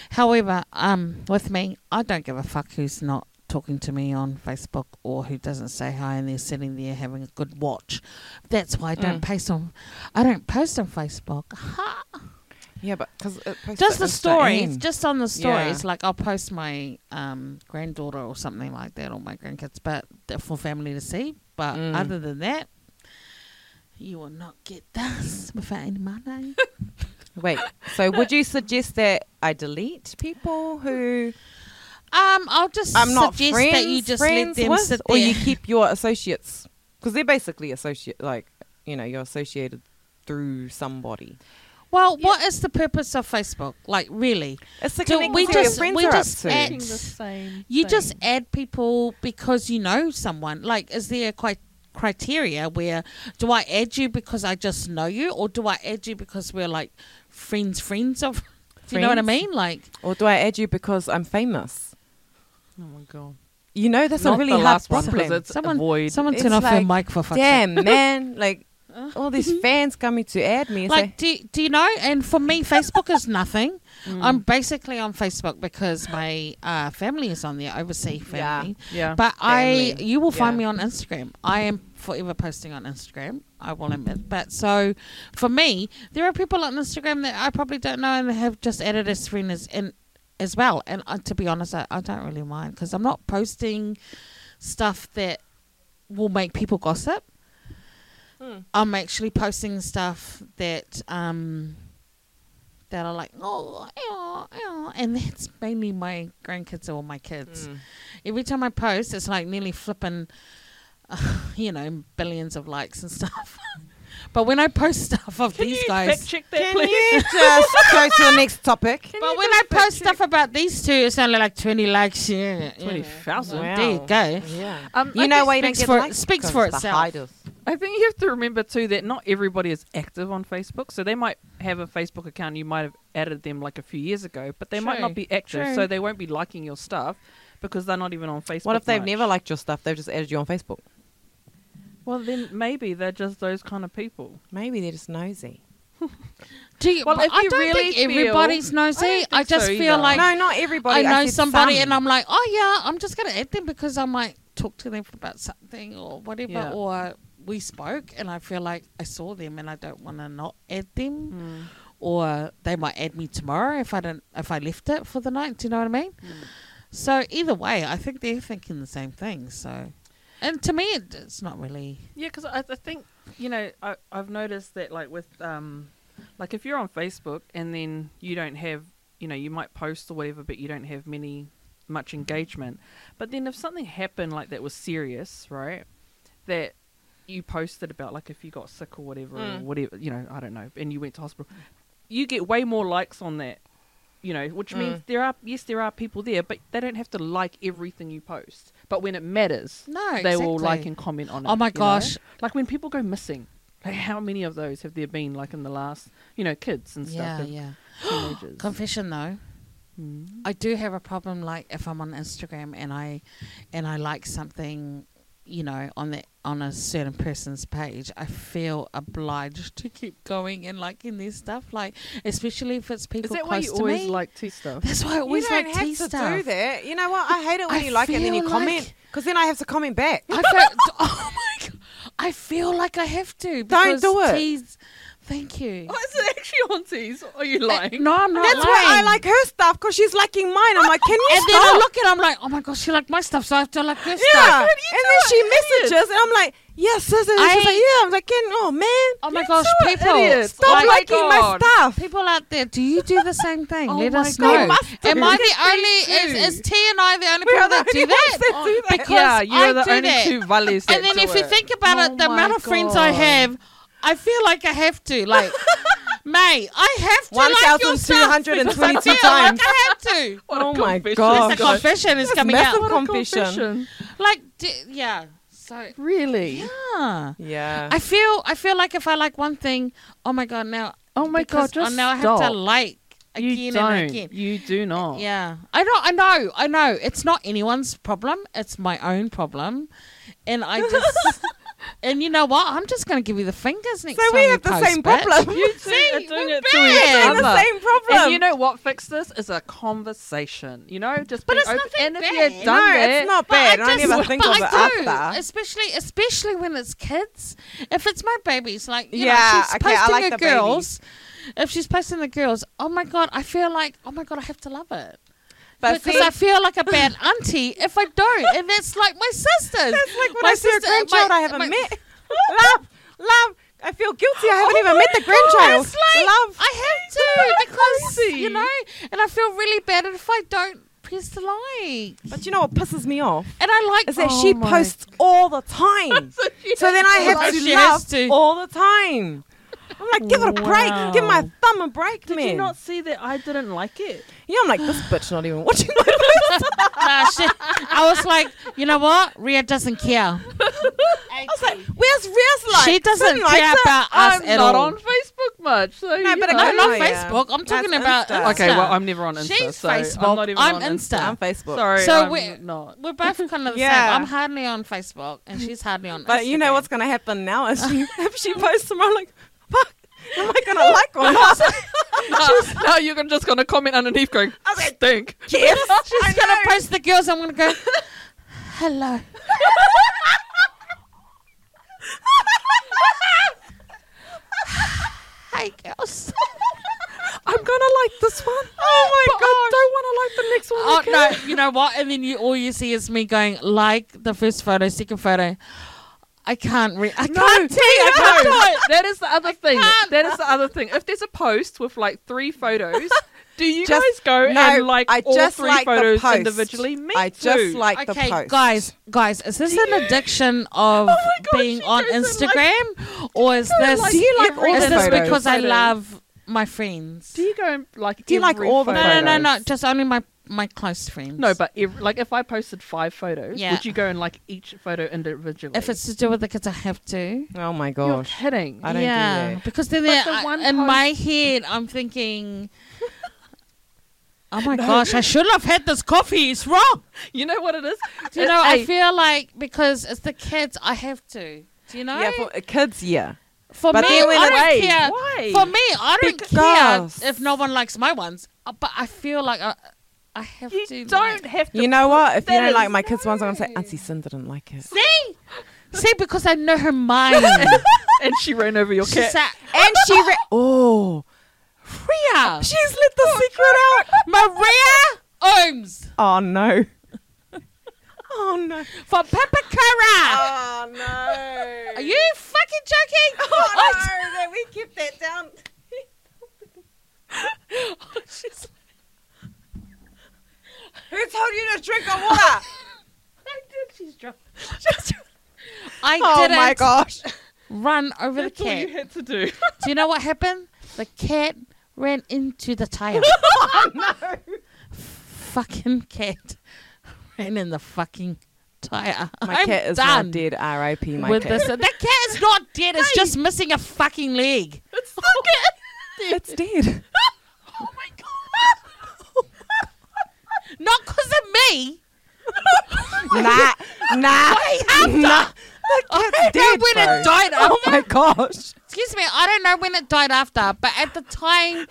Speaker 4: However, um, with me, I don't give a fuck who's not talking to me on Facebook or who doesn't say hi and they're sitting there having a good
Speaker 3: Mm.
Speaker 4: watch. That's why I don't post on. I don't post on Facebook.
Speaker 3: Yeah, but because
Speaker 4: just the stories, just on the stories. Like I'll post my um, granddaughter or something like that, or my grandkids, but they're for family to see. But
Speaker 3: Mm.
Speaker 4: other than that, you will not get this without any money.
Speaker 3: Wait, so would you suggest that I delete people who
Speaker 4: um, I'll just
Speaker 3: I'm not
Speaker 4: suggest
Speaker 3: friends,
Speaker 4: that you just let
Speaker 3: friends
Speaker 4: them
Speaker 3: with,
Speaker 4: sit there.
Speaker 3: or you keep your associates because they're basically associate, like you know, you're associated through somebody.
Speaker 4: well, what is the purpose of Facebook? Like, really?
Speaker 3: It's the
Speaker 4: Do
Speaker 3: connecting
Speaker 4: we
Speaker 3: with your
Speaker 4: just-
Speaker 3: friends
Speaker 4: we
Speaker 3: are up
Speaker 4: just
Speaker 3: to.
Speaker 4: add-
Speaker 5: Doing the same
Speaker 4: You
Speaker 5: thing.
Speaker 4: just add people because you know someone. Like, is there quite criteria where do I add you because I just know you, or do I add you because we're like friends, friends of? Do you know what I
Speaker 3: Friends?
Speaker 4: mean? Like,
Speaker 3: or do I add you because I'm famous?
Speaker 5: Oh my god.
Speaker 3: You know, that's
Speaker 5: Not
Speaker 3: a really
Speaker 5: the
Speaker 3: hard
Speaker 5: last one, 'cause
Speaker 3: problem.
Speaker 5: it's
Speaker 4: Someone-
Speaker 5: avoid.
Speaker 4: someone
Speaker 3: It's
Speaker 4: turn off your
Speaker 3: like,
Speaker 4: mic for fuck's sake.
Speaker 3: Damn,
Speaker 4: Mm-hmm.
Speaker 3: man, like all these fans coming to add me. It's
Speaker 4: Like, do, do you know? And for me, Facebook is nothing.
Speaker 5: Mm.
Speaker 4: I'm basically on Facebook because my uh, family is on there, overseas
Speaker 3: Yeah.
Speaker 4: family.
Speaker 5: Yeah.
Speaker 4: But I,
Speaker 3: Family.
Speaker 4: you will find
Speaker 5: Yeah.
Speaker 4: me on Instagram. I am forever posting on Instagram. I
Speaker 5: Mm-hmm.
Speaker 4: will admit. But so, for me, there are people on Instagram that I probably don't know and have just added as friends as, and as well. And uh, to be honest, I, I don't really mind because I'm not posting stuff that will make people gossip. I'm actually posting stuff that um that are like oh, oh, oh and that's mainly my grandkids or my kids.
Speaker 5: Mm.
Speaker 4: Every time I post, it's like nearly flipping, uh, you know, billions of likes and stuff. but when I post stuff of
Speaker 5: Can
Speaker 4: these
Speaker 5: you
Speaker 4: guys,
Speaker 5: fact check that,
Speaker 3: Can
Speaker 5: please?
Speaker 3: you just go to the next topic?
Speaker 4: but when I post stuff about these two, it's only like twenty likes. Yeah, yeah.
Speaker 5: 20,000?
Speaker 4: Well, There you go.
Speaker 3: Yeah.
Speaker 5: Um,
Speaker 3: You
Speaker 5: I
Speaker 3: know
Speaker 5: think-
Speaker 3: why you don't
Speaker 4: speaks
Speaker 3: get
Speaker 4: for-
Speaker 3: likes?
Speaker 4: speaks
Speaker 3: Because
Speaker 4: for
Speaker 3: the
Speaker 4: itself.
Speaker 3: hiders.
Speaker 5: I think you have to remember too that not everybody is active on Facebook, so they might have a Facebook account. You might have added them like a few years ago, but they might
Speaker 4: True,
Speaker 5: not be active,
Speaker 4: true.
Speaker 5: so they won't be liking your stuff because they're not even on Facebook.
Speaker 3: What if they've
Speaker 5: much.
Speaker 3: never liked your stuff? They've just added you on Facebook.
Speaker 5: Well, then maybe they're just those kind of people.
Speaker 3: Maybe they're just nosy.
Speaker 4: Do you,
Speaker 5: Well,
Speaker 4: but
Speaker 5: if
Speaker 4: I
Speaker 5: you
Speaker 4: don't
Speaker 5: really
Speaker 4: think
Speaker 5: feel-
Speaker 4: everybody's nosy.
Speaker 5: I
Speaker 4: I,
Speaker 5: don't think
Speaker 4: just
Speaker 5: so
Speaker 4: feel
Speaker 5: either.
Speaker 4: like
Speaker 3: no, not everybody.
Speaker 4: I know
Speaker 3: said
Speaker 4: somebody
Speaker 3: some.
Speaker 4: and I'm like, oh yeah, I'm just gonna add them because I might talk to them about something or whatever,
Speaker 5: Yeah.
Speaker 4: or we spoke and I feel like I saw them and I don't want to not add them, or they might add me tomorrow if I don't if I left it for the night. Do you know what I mean? So either way, I think they're thinking the same thing. So, and to me, it, it's not really.
Speaker 5: Yeah, because I, I think you know I, I've noticed that like with um, like if you're on Facebook and then you don't have you know you might post or whatever, but you don't have many much engagement. But then if something happened like that was serious, right? That you posted about like if you got sick or whatever or
Speaker 3: Mm.
Speaker 5: whatever you know I don't know, and you went to hospital, you get way more likes on that. You know, which means
Speaker 3: Mm.
Speaker 5: there are yes, there are people there, but they don't have to like everything you post. But when it matters,
Speaker 4: No,
Speaker 5: they will like
Speaker 4: exactly.
Speaker 5: and comment on it.
Speaker 4: Oh my
Speaker 5: you know?
Speaker 4: gosh.
Speaker 5: Like when people go missing, like how many of those have there been? Like in the last, you know, kids and stuff.
Speaker 4: Yeah,
Speaker 5: and
Speaker 4: yeah.
Speaker 5: Teenagers.
Speaker 4: Confession though.
Speaker 5: Mm.
Speaker 4: I do have a problem like if I'm on Instagram and I and I like something, you know, on the on a certain person's page, I feel obliged to keep going and liking their stuff. Like especially if it's
Speaker 5: Is
Speaker 4: people
Speaker 5: that
Speaker 4: close
Speaker 5: why you
Speaker 4: to
Speaker 5: always
Speaker 4: me.
Speaker 5: like tea stuff?
Speaker 4: That's why I
Speaker 3: You
Speaker 4: always
Speaker 3: don't
Speaker 4: like
Speaker 3: have
Speaker 4: tea
Speaker 3: to
Speaker 4: stuff.
Speaker 3: do that. You know what? I hate it when
Speaker 4: I
Speaker 3: you like it and then you
Speaker 4: feel
Speaker 3: comment
Speaker 4: like-
Speaker 3: because then I have to comment back.
Speaker 4: I feel, oh my god, I feel like I have to.
Speaker 3: Don't do
Speaker 4: because
Speaker 3: it.
Speaker 4: Teas, thank you.
Speaker 5: is it actually on teas? Are you
Speaker 4: Uh, no, I'm not.
Speaker 3: That's why I
Speaker 4: lying.
Speaker 3: like her stuff because she's liking mine. I'm like, can you
Speaker 4: And then
Speaker 3: stop?
Speaker 4: I look and I'm like, oh my gosh, she liked my stuff, so I have to like her
Speaker 3: yeah.
Speaker 4: stuff.
Speaker 3: And then she messages and I'm like, yes, sis. And she's
Speaker 4: I-
Speaker 3: like, yeah. I'm like, can, oh man,
Speaker 4: Oh my gosh, people!
Speaker 5: idiots.
Speaker 4: stop
Speaker 5: Oh
Speaker 3: stop
Speaker 5: my
Speaker 4: liking
Speaker 3: liking my
Speaker 5: God.
Speaker 3: stuff.
Speaker 4: People out there, do you do the same thing?
Speaker 5: Oh
Speaker 4: Let
Speaker 5: my
Speaker 4: us
Speaker 5: God.
Speaker 4: know.
Speaker 5: They must
Speaker 4: Am
Speaker 5: do.
Speaker 4: I the
Speaker 5: They
Speaker 4: only
Speaker 5: do.
Speaker 4: is, is T and I the only
Speaker 3: We
Speaker 4: people
Speaker 3: are
Speaker 4: that
Speaker 3: the
Speaker 4: do
Speaker 3: only
Speaker 4: that?
Speaker 3: ones that do that.
Speaker 4: Because
Speaker 5: Yeah, you're
Speaker 4: I
Speaker 5: the
Speaker 4: do
Speaker 5: only
Speaker 4: that.
Speaker 5: two valleys.
Speaker 4: And
Speaker 5: that
Speaker 4: then
Speaker 5: do
Speaker 4: if you
Speaker 5: it.
Speaker 4: think about
Speaker 5: Oh
Speaker 4: it, the amount
Speaker 5: my
Speaker 4: of friends I
Speaker 5: God.
Speaker 4: have, I feel like I have to. Like, May, I have to like your stuff. because I
Speaker 3: 1,222
Speaker 4: feel
Speaker 3: times.
Speaker 4: Like I have to.
Speaker 5: What a
Speaker 3: Oh my
Speaker 5: confession.
Speaker 3: gosh.
Speaker 4: That's a confession is
Speaker 3: That's
Speaker 4: coming
Speaker 3: massive.
Speaker 4: out.
Speaker 5: What a
Speaker 3: Confession.
Speaker 5: confession.
Speaker 4: Like, d- yeah. So,
Speaker 5: Really?
Speaker 4: yeah.
Speaker 3: Yeah.
Speaker 4: I feel I feel like if I like one thing, oh my god, now
Speaker 5: Oh my
Speaker 4: because
Speaker 5: God, just
Speaker 4: oh, now I have
Speaker 5: stop.
Speaker 4: to like again
Speaker 5: you
Speaker 4: and
Speaker 5: don't.
Speaker 4: again. Eh,
Speaker 5: You do not.
Speaker 4: Yeah, I know, I know, I know. It's not anyone's problem. It's my own problem, and I just and you know what? I'm just gonna give you the fingers next
Speaker 3: so
Speaker 4: time.
Speaker 3: we
Speaker 4: you
Speaker 3: have the
Speaker 4: post,
Speaker 3: same
Speaker 4: bitch.
Speaker 3: problem.
Speaker 5: You two
Speaker 4: See,
Speaker 5: are doing
Speaker 4: we're
Speaker 5: it to each
Speaker 4: bad.
Speaker 3: We're
Speaker 5: other.
Speaker 3: the same problem.
Speaker 5: And you know what fixed this is a conversation. You know, just
Speaker 4: But
Speaker 5: being
Speaker 4: it's
Speaker 5: open.
Speaker 4: nothing
Speaker 5: And if
Speaker 4: bad.
Speaker 5: you had
Speaker 3: no,
Speaker 5: done that,
Speaker 3: it's not
Speaker 4: But
Speaker 3: bad. I,
Speaker 4: just-
Speaker 3: never think
Speaker 4: but
Speaker 3: of
Speaker 4: I
Speaker 3: it
Speaker 4: do,
Speaker 3: after.
Speaker 4: especially especially when it's kids. If it's my babies, like you know,
Speaker 3: Yeah,
Speaker 4: she's
Speaker 3: okay, I
Speaker 4: posting
Speaker 3: like
Speaker 4: her
Speaker 3: the
Speaker 4: girls, if she's posting the girls, oh my god, I feel like oh my god, I have to love it.
Speaker 3: But
Speaker 4: because
Speaker 3: see-
Speaker 4: I feel like a bad auntie if I don't, and that's like my sisters. That's
Speaker 3: like when I see a grandchild I haven't met. uh, love, love. I feel guilty. I haven't even met the grandchild.
Speaker 4: Oh It's like,
Speaker 3: love.
Speaker 4: I have to because
Speaker 5: crazy.
Speaker 4: you know, and I feel really bad if I don't press the like.
Speaker 3: But you know what pisses me off
Speaker 4: And I like
Speaker 3: is that
Speaker 4: Oh
Speaker 3: she
Speaker 4: my-
Speaker 3: posts all the time.
Speaker 5: So she
Speaker 3: so then I
Speaker 4: to.
Speaker 3: have
Speaker 4: Like
Speaker 3: to
Speaker 4: she
Speaker 3: love
Speaker 4: has to.
Speaker 3: all the time. I'm like, give it a break. Give my
Speaker 4: Wow.
Speaker 3: thumb a break,
Speaker 5: Did
Speaker 3: man.
Speaker 5: you not see that I didn't like it?
Speaker 3: yeah, I'm like, this bitch not even watching. my
Speaker 4: Nah, shit. I was like, you know what? Ria doesn't
Speaker 3: I
Speaker 4: care.
Speaker 3: was like, where's Ria's life?
Speaker 4: She doesn't care about us
Speaker 5: I'm
Speaker 4: at
Speaker 5: not
Speaker 4: all.
Speaker 5: on Facebook much. So
Speaker 3: No,
Speaker 5: you
Speaker 3: but it
Speaker 5: know.
Speaker 4: No,
Speaker 3: Oh,
Speaker 4: not
Speaker 3: yeah.
Speaker 4: Facebook. I'm
Speaker 3: That's
Speaker 4: talking about
Speaker 3: Insta.
Speaker 5: Okay, well, I'm never on Insta,
Speaker 4: She's
Speaker 5: so
Speaker 4: Facebook.
Speaker 5: I'm not even
Speaker 4: I'm
Speaker 5: on Insta.
Speaker 4: Insta.
Speaker 3: on Facebook.
Speaker 5: Sorry,
Speaker 4: So
Speaker 5: I'm
Speaker 4: we're-
Speaker 5: not.
Speaker 4: We're both kind of the
Speaker 3: Yeah.
Speaker 4: same. I'm hardly on Facebook, and she's hardly on.
Speaker 3: But you know
Speaker 4: Instagram.
Speaker 3: what's going to happen now is she, if she posts tomorrow, I'm like, fuck, am I going to like or not?
Speaker 5: No, no, you're gonna- just gonna comment underneath going,
Speaker 3: Okay.
Speaker 5: stink.
Speaker 3: yes.
Speaker 4: She's gonna post the girls. I'm gonna go. Hello. hey girls.
Speaker 3: I'm going to like this one. Oh my
Speaker 4: But
Speaker 3: God.
Speaker 4: I-
Speaker 3: don't want to like the next one.
Speaker 4: Oh
Speaker 3: okay?
Speaker 4: no! You know what? And then you all you see is me going like the first photo, second photo. I can't read. I
Speaker 3: No,
Speaker 4: can't tell. I can't
Speaker 5: No,
Speaker 4: do it.
Speaker 5: that is the other thing.
Speaker 4: can't.
Speaker 5: That is the other thing. If there's a post with like three photos, do you
Speaker 3: Just-
Speaker 5: guys go
Speaker 3: no,
Speaker 5: and like
Speaker 3: I
Speaker 5: all
Speaker 3: just
Speaker 5: three
Speaker 3: like the
Speaker 5: photos
Speaker 3: post.
Speaker 5: individually? Me
Speaker 3: I just
Speaker 5: too.
Speaker 3: like the
Speaker 4: okay,
Speaker 3: post. Oh
Speaker 4: guys, guys, is this an addiction of
Speaker 5: God,
Speaker 4: being
Speaker 5: she
Speaker 4: on
Speaker 5: goes and
Speaker 4: Instagram, or is
Speaker 5: and
Speaker 4: this
Speaker 5: likes
Speaker 3: Do you like
Speaker 5: every
Speaker 3: all
Speaker 4: is
Speaker 3: the
Speaker 4: this
Speaker 3: photos?
Speaker 4: because I
Speaker 5: Photo.
Speaker 4: love my friends?
Speaker 5: Do you go and like?
Speaker 3: Do you like
Speaker 5: every
Speaker 3: all the
Speaker 4: no,
Speaker 5: photo?
Speaker 4: no, no, no,
Speaker 3: photos?
Speaker 4: just only my my close friends.
Speaker 5: No, but if, like if I posted five photos,
Speaker 4: Yeah.
Speaker 5: would you go and like each photo individually?
Speaker 4: if it's to do with the kids, I have to.
Speaker 3: Oh my
Speaker 5: you're
Speaker 3: gosh.
Speaker 5: kidding.
Speaker 3: I don't do
Speaker 4: yeah,
Speaker 3: that.
Speaker 4: because then
Speaker 5: But
Speaker 4: they're-
Speaker 5: the
Speaker 4: I-
Speaker 5: one
Speaker 4: in
Speaker 5: post-
Speaker 4: my head, I'm thinking. Oh my gosh! I should have had this coffee. It's wrong.
Speaker 5: You know what it is?
Speaker 4: Do you
Speaker 5: It-
Speaker 4: know?
Speaker 5: hey,
Speaker 4: I feel like because it's the kids, I have to. Do you know?
Speaker 3: Yeah, for uh, kids, yeah.
Speaker 4: For
Speaker 3: But
Speaker 4: me,
Speaker 3: then when
Speaker 4: I
Speaker 3: it-
Speaker 4: don't
Speaker 5: wait,
Speaker 4: care.
Speaker 5: why?
Speaker 4: For me, I don't
Speaker 3: Because-
Speaker 4: care if no one likes my ones, uh, but I feel like I, I have
Speaker 5: you
Speaker 4: to.
Speaker 5: don't
Speaker 4: like-
Speaker 5: have to.
Speaker 3: You know what? If you
Speaker 5: that
Speaker 3: don't like
Speaker 5: is-
Speaker 3: my kids' ones, I'm going to say, Auntie Sin didn't like it.
Speaker 4: see, see, because I know her mind.
Speaker 5: and she ran over your
Speaker 4: She's
Speaker 5: cat.
Speaker 4: like,
Speaker 3: And she re- Oh,
Speaker 4: Maria,
Speaker 3: she's let the
Speaker 5: Oh.
Speaker 3: secret out.
Speaker 4: Maria Ohms
Speaker 3: Oh no. Oh no.
Speaker 4: for Papakara.
Speaker 3: Oh no.
Speaker 4: Are you fucking joking? I-
Speaker 3: that we keep that down.
Speaker 4: Oh, she's like,
Speaker 3: Who told you to drink the water?
Speaker 5: I did. She's drunk.
Speaker 4: I
Speaker 3: oh
Speaker 4: didn't
Speaker 3: my gosh.
Speaker 4: run over the
Speaker 5: That's all you
Speaker 4: cat.
Speaker 5: had to do.
Speaker 4: Do you know what happened? The cat ran into the tire. Oh, Fucking cat ran in the fucking tire.
Speaker 3: My
Speaker 4: I'm
Speaker 3: cat is
Speaker 4: done
Speaker 3: now dead. R.I.P. My
Speaker 4: with
Speaker 3: cat.
Speaker 4: this. That cat is not dead. It's just missing a fucking leg.
Speaker 5: It's so good.
Speaker 3: It's dead.
Speaker 5: Oh my god.
Speaker 4: Not because of me.
Speaker 3: nah, nah, nah. The cat's
Speaker 4: I
Speaker 3: dead,
Speaker 4: don't know when
Speaker 3: bro.
Speaker 4: it died.
Speaker 3: Oh
Speaker 4: after.
Speaker 3: my gosh.
Speaker 4: Excuse me. I don't know when it died after, but at the time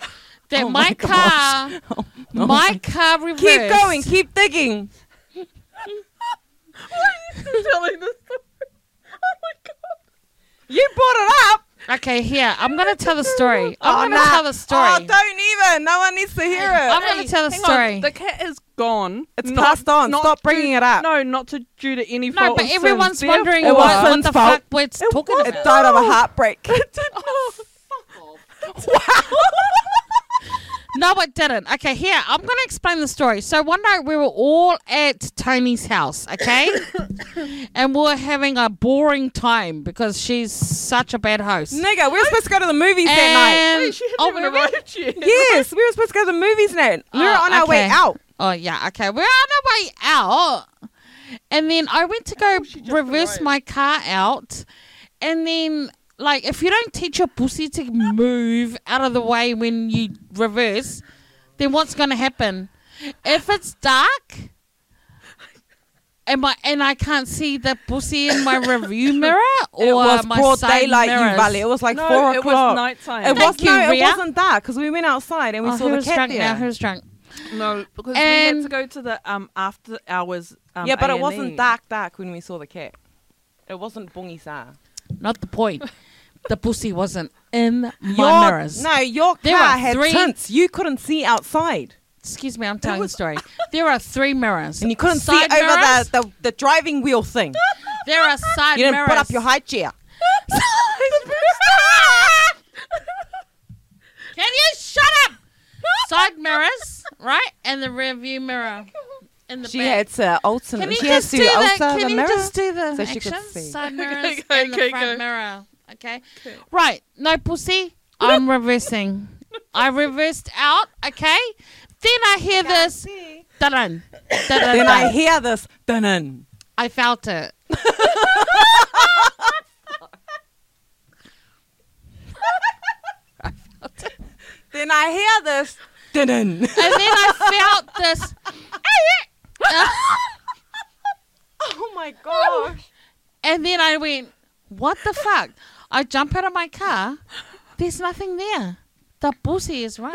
Speaker 4: that
Speaker 3: Oh
Speaker 4: my,
Speaker 3: my gosh.
Speaker 4: car,
Speaker 3: Oh,
Speaker 4: my, car reversed.
Speaker 3: Keep going. Keep digging.
Speaker 5: Telling this story. Oh my god.
Speaker 3: You brought it up.
Speaker 4: Okay, here. I'm gonna tell the story. I'm gonna
Speaker 3: nah.
Speaker 4: tell the story.
Speaker 3: Oh, don't even. No one needs to hear it.
Speaker 4: I'm gonna tell the
Speaker 5: Hang
Speaker 4: story.
Speaker 5: on. The cat is gone.
Speaker 3: It's passed on. Stop bringing
Speaker 5: due,
Speaker 3: it up.
Speaker 5: No, not to due to any
Speaker 4: No,
Speaker 5: fault.
Speaker 4: but
Speaker 5: of
Speaker 4: everyone's
Speaker 5: Sin's.
Speaker 4: wondering
Speaker 3: It
Speaker 4: what,
Speaker 3: was
Speaker 4: what
Speaker 3: Sin's
Speaker 4: the
Speaker 3: fault.
Speaker 4: fuck we're talking
Speaker 3: it
Speaker 4: about.
Speaker 3: died of a heartbreak. Oh, It did
Speaker 4: No, it didn't. Okay, here, I'm going to explain the story. So one night we were all at Tony's house, okay? and we were having a boring time because she's such a bad host.
Speaker 3: Nigga, we were supposed to go to the movies that night.
Speaker 4: and,
Speaker 5: Wait, she
Speaker 4: oh,
Speaker 5: hadn't even
Speaker 4: remember?
Speaker 5: arrived yet.
Speaker 3: Yes, we were supposed to go to the movies that night. We were
Speaker 4: Oh,
Speaker 3: on our way
Speaker 4: okay.
Speaker 3: out.
Speaker 4: Oh yeah, okay. We're on our way out, and then I went to go reverse my car out, and then like if you don't teach your pussy to move out of the way when you reverse, then what's gonna happen? If it's dark, and my and I can't see the pussy in my review mirror or
Speaker 3: it was
Speaker 4: my
Speaker 3: broad
Speaker 4: side
Speaker 3: daylight,
Speaker 4: mirrors.
Speaker 3: you valley. It was like
Speaker 5: no,
Speaker 3: four
Speaker 5: it
Speaker 3: o'clock.
Speaker 5: was nighttime.
Speaker 3: It
Speaker 4: Thank
Speaker 3: was
Speaker 4: you,
Speaker 3: no, it
Speaker 4: Ria.
Speaker 3: wasn't that because we went outside and we
Speaker 4: Oh,
Speaker 3: saw the
Speaker 4: who's
Speaker 3: cat
Speaker 4: drunk
Speaker 3: there.
Speaker 4: now? Who's drunk?
Speaker 5: No, because we had
Speaker 4: And-
Speaker 5: to go to the um after hours. Um,
Speaker 3: yeah, but it
Speaker 5: A&E.
Speaker 3: wasn't dark, dark when we saw the cat. It wasn't Bungy Sa.
Speaker 4: Not the point. the pussy wasn't in my
Speaker 3: Your-
Speaker 4: mirrors.
Speaker 3: No, your
Speaker 4: There
Speaker 3: car
Speaker 4: are
Speaker 3: had
Speaker 4: three-
Speaker 3: tints. You couldn't see outside.
Speaker 4: Excuse me, I'm telling the story. There are three mirrors.
Speaker 3: And you couldn't
Speaker 4: Side
Speaker 3: see over
Speaker 4: mirrors,
Speaker 3: the, the, the driving wheel thing.
Speaker 4: There are side
Speaker 3: You didn't
Speaker 4: mirrors.
Speaker 3: put up your high chair.
Speaker 4: Can you shut up? Side mirrors, right? And the rear view mirror. In the
Speaker 3: She
Speaker 4: back.
Speaker 3: had to alternate.
Speaker 4: Can you
Speaker 3: she had
Speaker 4: just
Speaker 3: to
Speaker 4: do that?
Speaker 3: alter
Speaker 4: Can
Speaker 3: the
Speaker 4: you
Speaker 3: mirror.
Speaker 4: just do the
Speaker 3: so she
Speaker 4: action?
Speaker 3: could see.
Speaker 4: Side mirrors
Speaker 5: okay,
Speaker 4: and the
Speaker 5: okay,
Speaker 4: front
Speaker 5: go.
Speaker 4: mirror. Okay. Right. No pussy. I'm reversing. I reversed out. Okay. Then I hear this. Dun-dun, dun-dun,
Speaker 3: Then I
Speaker 4: dun.
Speaker 3: hear this. Dun-dun.
Speaker 4: I felt it.
Speaker 3: Then I hear this. Dun-dun.
Speaker 4: And then I felt this.
Speaker 3: oh my gosh.
Speaker 4: And then I went, what the fuck? I jump out of my car. There's nothing there. The pussy is run.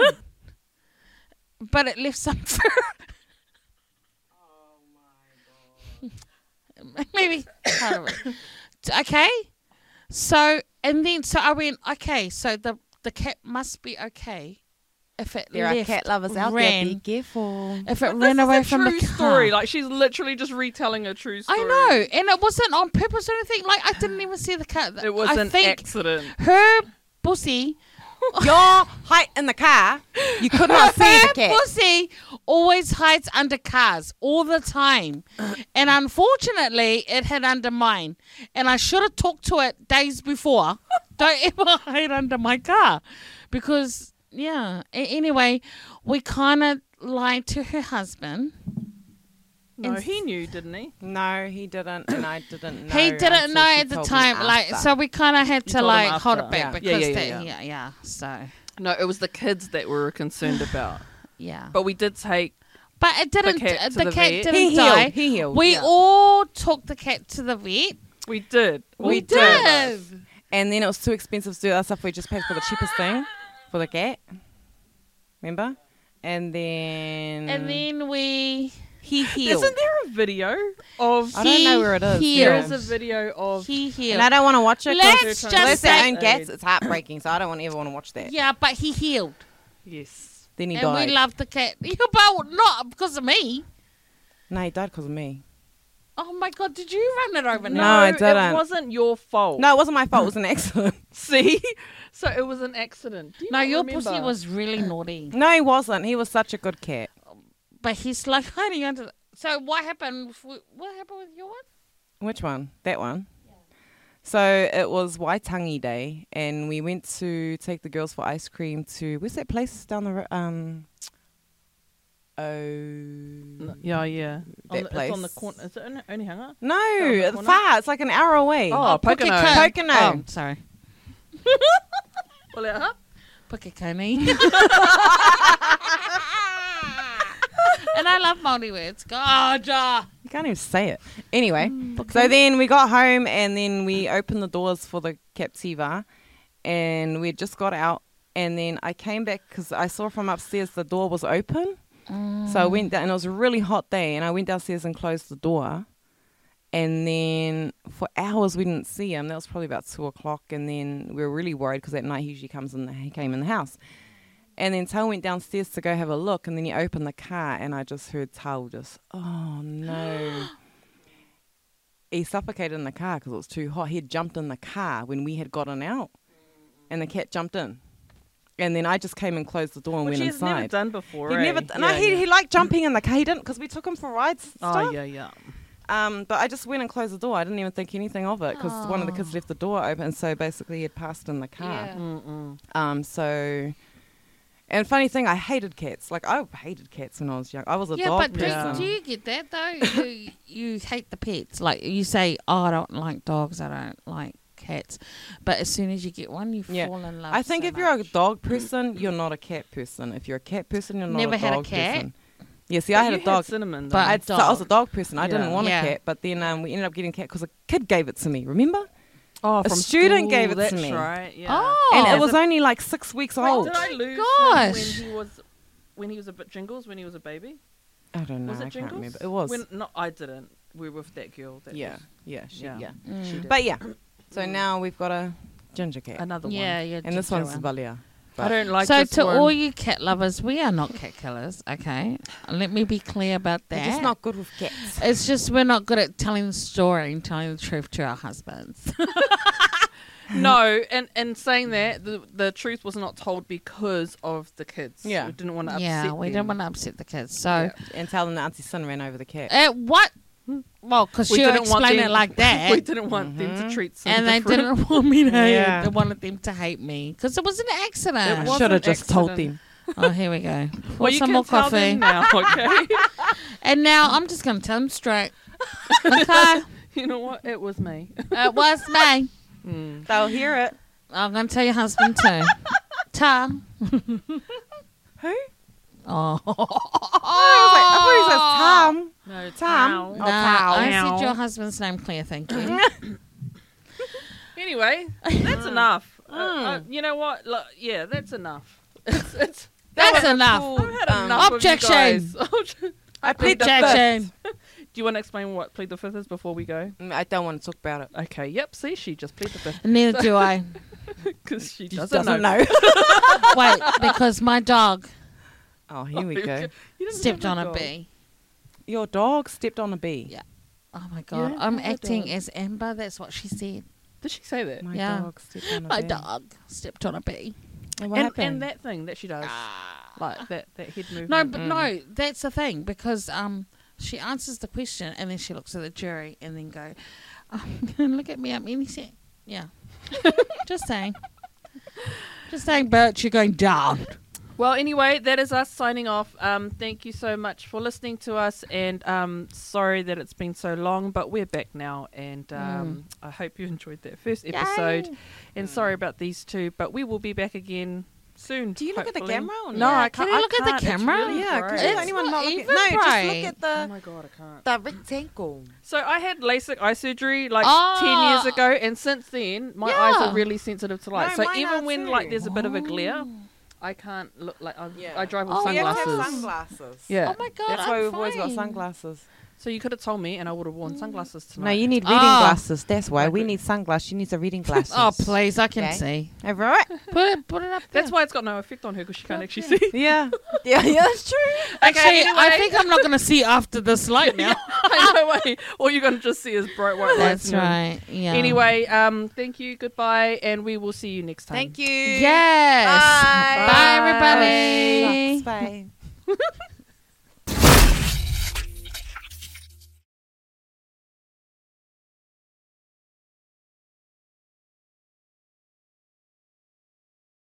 Speaker 4: but it left some fur. Oh my god. Maybe part of it. Okay. So and then so I went, okay, so the the cat must be okay if it
Speaker 3: There are
Speaker 4: left,
Speaker 3: cat lovers out
Speaker 4: ran,
Speaker 3: there. Be careful.
Speaker 4: if it
Speaker 5: This
Speaker 4: ran away
Speaker 5: is a
Speaker 4: from
Speaker 5: true
Speaker 4: the car.
Speaker 5: story. Like she's literally just retelling a true story.
Speaker 4: I know, and it wasn't on purpose or anything. Like I didn't even see the cat.
Speaker 5: It was
Speaker 4: I
Speaker 5: an
Speaker 4: think
Speaker 5: accident.
Speaker 4: her pussy,
Speaker 3: Your height in the car, you could not see
Speaker 4: her
Speaker 3: the cat.
Speaker 4: pussy always hides under cars all the time, and unfortunately, it had under mine. And I should have talked to it days before. Don't ever hide under my car, because yeah. A- anyway, we kind of lied to her husband.
Speaker 5: No,
Speaker 4: And-
Speaker 5: he knew, didn't he?
Speaker 3: No, he didn't, and I didn't know.
Speaker 4: he
Speaker 3: until
Speaker 4: didn't know
Speaker 3: she
Speaker 4: at the
Speaker 3: told me
Speaker 4: time. Like,
Speaker 3: after.
Speaker 4: so we kind of had to
Speaker 5: told him
Speaker 4: like hold
Speaker 5: after.
Speaker 4: it back
Speaker 3: Yeah.
Speaker 5: Yeah,
Speaker 4: because
Speaker 5: yeah,
Speaker 4: they-
Speaker 5: yeah,
Speaker 4: yeah, yeah. So
Speaker 5: No, it was the kids that we were concerned about.
Speaker 4: yeah, but,
Speaker 5: But we did take.
Speaker 4: it didn't. The
Speaker 5: cat
Speaker 4: cat,
Speaker 5: to the vet.
Speaker 4: didn't
Speaker 3: He healed,
Speaker 4: die.
Speaker 3: he healed,
Speaker 4: We
Speaker 5: yeah.
Speaker 4: all took the cat to the vet.
Speaker 5: We did.
Speaker 4: We,
Speaker 5: All three of us.
Speaker 4: did.
Speaker 3: And then it was too expensive to do that stuff. We just paid for the cheapest thing for the cat. Remember? And then.
Speaker 4: and then we
Speaker 3: he healed.
Speaker 5: Isn't there a video of?
Speaker 3: I don't know
Speaker 4: he
Speaker 3: where it is.
Speaker 5: There
Speaker 4: healed.
Speaker 5: is a video of.
Speaker 4: he
Speaker 3: And I
Speaker 4: healed.
Speaker 3: don't want to watch it. 'cause
Speaker 4: Let's
Speaker 3: they're trying
Speaker 4: just
Speaker 3: to release their
Speaker 4: say-
Speaker 3: own cats. It's heartbreaking, so I don't want ever want to watch that.
Speaker 4: Yeah, but he healed,
Speaker 5: yes.
Speaker 3: Then he
Speaker 4: and
Speaker 3: died.
Speaker 4: we loved the cat. Yeah, but not because of me.
Speaker 3: no, he died because of me.
Speaker 4: Oh my god! Did you run it over?
Speaker 3: No,
Speaker 4: now?
Speaker 3: I didn't.
Speaker 5: It wasn't your fault.
Speaker 3: No, it wasn't my fault. It was an accident.
Speaker 5: See, so it was an accident. Do you
Speaker 4: No,
Speaker 5: not
Speaker 4: your
Speaker 5: remember?
Speaker 4: pussy was really naughty.
Speaker 3: No, he wasn't. He was such a good cat.
Speaker 4: But he's like hiding under. The- so what happened? f- What happened with your one?
Speaker 3: Which one? That one. So it was Waitangi Day, and we went to take the girls for ice cream to where's that place down the ro- um oh
Speaker 5: N- Yeah, yeah.
Speaker 3: That
Speaker 5: on the, It's on the
Speaker 3: place.
Speaker 5: corner. Is it only, only hung up?
Speaker 3: no
Speaker 5: the
Speaker 3: it's
Speaker 5: corner?
Speaker 3: far it's like an hour away.
Speaker 5: Oh, Pocono.
Speaker 4: Pocono.
Speaker 3: Pocono.
Speaker 4: Oh, sorry.
Speaker 5: Well, uh-huh.
Speaker 4: Pukakoni. and I love Maori words. God, ah.
Speaker 3: You can't even say it. Anyway, so then we got home and then we opened the doors for the captiva and we had just got out. And then I came back because I saw from upstairs the door was open. So I went down and it was a really hot day and I went downstairs and closed the door. And then for hours we didn't see him. That was probably about two o'clock. And then we were really worried because at night he usually comes in. The, he came in the house. And then Tal went downstairs to go have a look, and then he opened the car, and I just heard Tal just, oh no. he suffocated in the car because it was too hot. He had jumped in the car when we had gotten out, and the cat jumped in. And then I just came and closed the door and
Speaker 5: Which
Speaker 3: went
Speaker 5: he's
Speaker 3: inside.
Speaker 5: never done before.
Speaker 3: He
Speaker 5: eh?
Speaker 3: never, no,
Speaker 5: Yeah,
Speaker 3: he,
Speaker 5: yeah.
Speaker 3: he liked jumping in the car. He didn't because we took him for rides. and
Speaker 5: Oh
Speaker 3: stuff.
Speaker 5: yeah, yeah.
Speaker 3: Um, but I just went and closed the door. I didn't even think anything of it because one of the kids left the door open, so basically he had passed in the car.
Speaker 4: Yeah.
Speaker 5: Mm-mm.
Speaker 3: Um, so, and funny thing, I hated cats. Like I hated cats when I was young. I was a
Speaker 4: Yeah,
Speaker 3: dog
Speaker 4: but do,
Speaker 3: person.
Speaker 4: do you get that though? You, you hate the pets. Like you say, oh, I don't like dogs. I don't like cats. But as soon as you get one, you
Speaker 3: Yeah.
Speaker 4: fall in love.
Speaker 3: I think
Speaker 4: so
Speaker 3: if you're a
Speaker 4: much.
Speaker 3: dog person, you're not a cat person. If you're a cat person, you're not
Speaker 4: Never
Speaker 3: a
Speaker 4: had a
Speaker 3: dog
Speaker 4: cat.
Speaker 3: person. Yeah, see,
Speaker 5: But
Speaker 3: I had
Speaker 5: you
Speaker 3: a dog.
Speaker 5: cinnamon.
Speaker 4: But-
Speaker 5: though.
Speaker 3: I, had, so I was a
Speaker 4: dog.
Speaker 3: dog person. I didn't
Speaker 5: Yeah.
Speaker 3: want
Speaker 4: Yeah.
Speaker 3: a cat, but then um, we ended up getting a cat because a kid gave it to me. Remember?
Speaker 5: oh,
Speaker 3: a student gave it to
Speaker 5: that's
Speaker 3: me.
Speaker 5: Right. Yeah.
Speaker 4: Oh,
Speaker 3: and it
Speaker 5: As
Speaker 3: was
Speaker 5: a-
Speaker 3: only like six weeks old.
Speaker 5: Did I lose him
Speaker 4: gosh.
Speaker 5: when he was when he was a bit jingles when he was a baby?
Speaker 3: I don't know.
Speaker 5: was
Speaker 3: I
Speaker 5: it
Speaker 3: can't
Speaker 5: jingles?
Speaker 3: remember. It was.
Speaker 5: When, no, I didn't. We were with that girl. That
Speaker 3: yeah,
Speaker 5: was-
Speaker 3: yeah, she,
Speaker 5: Yeah.
Speaker 3: yeah.
Speaker 5: she
Speaker 4: Mm.
Speaker 5: did.
Speaker 3: But yeah, so now we've got a Ginger cat.
Speaker 5: Another
Speaker 4: yeah,
Speaker 5: one.
Speaker 4: yeah.
Speaker 3: and this one's Valia.
Speaker 5: I don't like
Speaker 4: so
Speaker 5: this
Speaker 4: to
Speaker 5: one.
Speaker 4: all you cat lovers, we are not cat killers, okay? Let me be clear about that.
Speaker 3: They're just not good with cats.
Speaker 4: It's just we're not good at telling the story and telling the truth to our husbands.
Speaker 5: No, and and saying that the the truth was not told because of the kids.
Speaker 3: Yeah.
Speaker 5: we didn't want to
Speaker 4: yeah,
Speaker 5: upset.
Speaker 4: we
Speaker 5: them.
Speaker 4: don't want to upset the kids. So,
Speaker 3: And tell them that Auntie Sin ran over the cat.
Speaker 4: uh, what? Well, because
Speaker 5: We
Speaker 4: you
Speaker 5: didn't want
Speaker 4: explained
Speaker 5: them-
Speaker 4: it like that. Mm-hmm.
Speaker 5: We didn't want them to treat. Some
Speaker 4: and they
Speaker 5: different-
Speaker 4: didn't want me to.
Speaker 3: Yeah.
Speaker 4: They wanted them to hate me because it was an
Speaker 5: It
Speaker 4: accident.
Speaker 5: was
Speaker 3: Should
Speaker 5: an
Speaker 3: have just told
Speaker 5: accident.
Speaker 3: them.
Speaker 4: Oh, here we go. Pour
Speaker 5: Well, you
Speaker 4: some
Speaker 5: can
Speaker 4: more
Speaker 5: tell
Speaker 4: coffee.
Speaker 5: them now. Okay,
Speaker 4: And now I'm just going to tell them straight. okay,
Speaker 5: you know what? It was me.
Speaker 4: it was me.
Speaker 3: They'll hear it.
Speaker 4: I'm going to tell your husband too. Tom.
Speaker 3: Who?
Speaker 4: Oh.
Speaker 3: I was like, I thought he says Tom.
Speaker 5: No,
Speaker 3: Tom.
Speaker 4: No,
Speaker 3: Oh, Tom.
Speaker 4: I
Speaker 5: Tom.
Speaker 4: said your husband's name clear, thank you.
Speaker 5: Anyway, that's enough. Uh, uh,
Speaker 4: Mm.
Speaker 5: you know what? Look, yeah, that's enough. It's, it's,
Speaker 4: That's
Speaker 5: that was
Speaker 4: enough.
Speaker 5: cool. I've had
Speaker 3: Um,
Speaker 5: enough
Speaker 4: Objection.
Speaker 5: Of you guys.
Speaker 3: I plead the
Speaker 4: Objection.
Speaker 5: Do you want to explain what plead the fifth is before we go?
Speaker 3: fifth. Mm, I don't want to talk about it.
Speaker 5: Okay. Yep. See, she just plead the fifth
Speaker 4: Neither do I.
Speaker 5: because she
Speaker 3: She
Speaker 5: doesn't, know.
Speaker 4: Wait, because my dog
Speaker 3: oh, here we go.
Speaker 5: You didn't
Speaker 4: stepped
Speaker 5: have
Speaker 4: on a
Speaker 5: dog.
Speaker 4: bee.
Speaker 3: Your dog stepped on a bee.
Speaker 4: Yeah. Oh my god.
Speaker 5: don't
Speaker 4: I'm
Speaker 5: have a
Speaker 4: acting
Speaker 5: dog.
Speaker 4: as Amber, that's what she said.
Speaker 5: Did she say that?
Speaker 3: My
Speaker 4: Yeah.
Speaker 3: dog stepped on a
Speaker 4: My
Speaker 3: bee.
Speaker 4: dog stepped on a bee.
Speaker 3: And what
Speaker 5: And,
Speaker 3: happened?
Speaker 5: and that thing that she does,
Speaker 4: Ah.
Speaker 5: like that that head movement.
Speaker 4: No, but no, that's the thing because um, she answers the question and then she looks at the jury and then go, um, look at me, I'm innocent. Yeah, just saying, just saying, Bert, you're going down.
Speaker 5: Well, anyway, that is us signing off. Um, thank you so much for listening to us, and um, sorry that it's been so long, but we're back now, and
Speaker 3: Mm.
Speaker 5: um, I hope you enjoyed that first episode. And sorry about these two, but we will be back again soon.
Speaker 3: Mm. Do you look at the
Speaker 5: hopefully.
Speaker 3: camera or
Speaker 5: No,
Speaker 3: not?
Speaker 5: I
Speaker 4: Can
Speaker 5: can't.
Speaker 4: you
Speaker 5: I
Speaker 4: look at the
Speaker 5: can't. It's
Speaker 4: camera?
Speaker 5: really
Speaker 3: yeah,
Speaker 5: bright.
Speaker 3: because
Speaker 4: It's
Speaker 3: you're the only one
Speaker 4: not
Speaker 3: not looking.
Speaker 4: even
Speaker 3: No, just look
Speaker 4: bright.
Speaker 3: at
Speaker 5: Oh
Speaker 3: the
Speaker 5: my god, I can't.
Speaker 3: the rectangle.
Speaker 5: So I had LASIK eye surgery like
Speaker 4: Oh.
Speaker 5: ten years ago, and since then my
Speaker 4: Yeah.
Speaker 5: eyes are really sensitive to light.
Speaker 3: No,
Speaker 5: so
Speaker 3: mine
Speaker 5: even
Speaker 3: are
Speaker 5: when
Speaker 3: too.
Speaker 5: like there's a bit of a glare, I can't look like I,
Speaker 3: Yeah.
Speaker 5: I drive with
Speaker 4: Oh, you have to have
Speaker 5: sunglasses.
Speaker 3: sunglasses.
Speaker 5: Yeah.
Speaker 4: Oh my god,
Speaker 3: That's
Speaker 4: I'm
Speaker 3: why we've always got
Speaker 4: fine.
Speaker 3: sunglasses.
Speaker 5: So you could have told me, and I would have
Speaker 4: Mm.
Speaker 5: worn sunglasses tonight.
Speaker 3: No, you need reading
Speaker 4: Ah.
Speaker 3: glasses. That's why we need sunglasses. She needs a reading glasses.
Speaker 4: Oh please, I can
Speaker 3: Okay.
Speaker 4: see.
Speaker 3: All right.
Speaker 4: Put it, put it up.
Speaker 5: That's
Speaker 4: there.
Speaker 5: why it's got no effect on her because she can't actually see.
Speaker 3: Yeah. Yeah. Yeah. That's true.
Speaker 5: Okay,
Speaker 4: Actually, I
Speaker 5: anyway.
Speaker 4: think I'm not going to see after this light now.
Speaker 5: I know why. All you're gonna just see is bright white lights.
Speaker 4: That's
Speaker 5: and-
Speaker 4: right. Yeah.
Speaker 5: Anyway, um, thank you, goodbye, and we will see you next time.
Speaker 3: Thank you.
Speaker 4: Yes.
Speaker 3: Bye.
Speaker 4: Bye, everybody.
Speaker 3: Bye.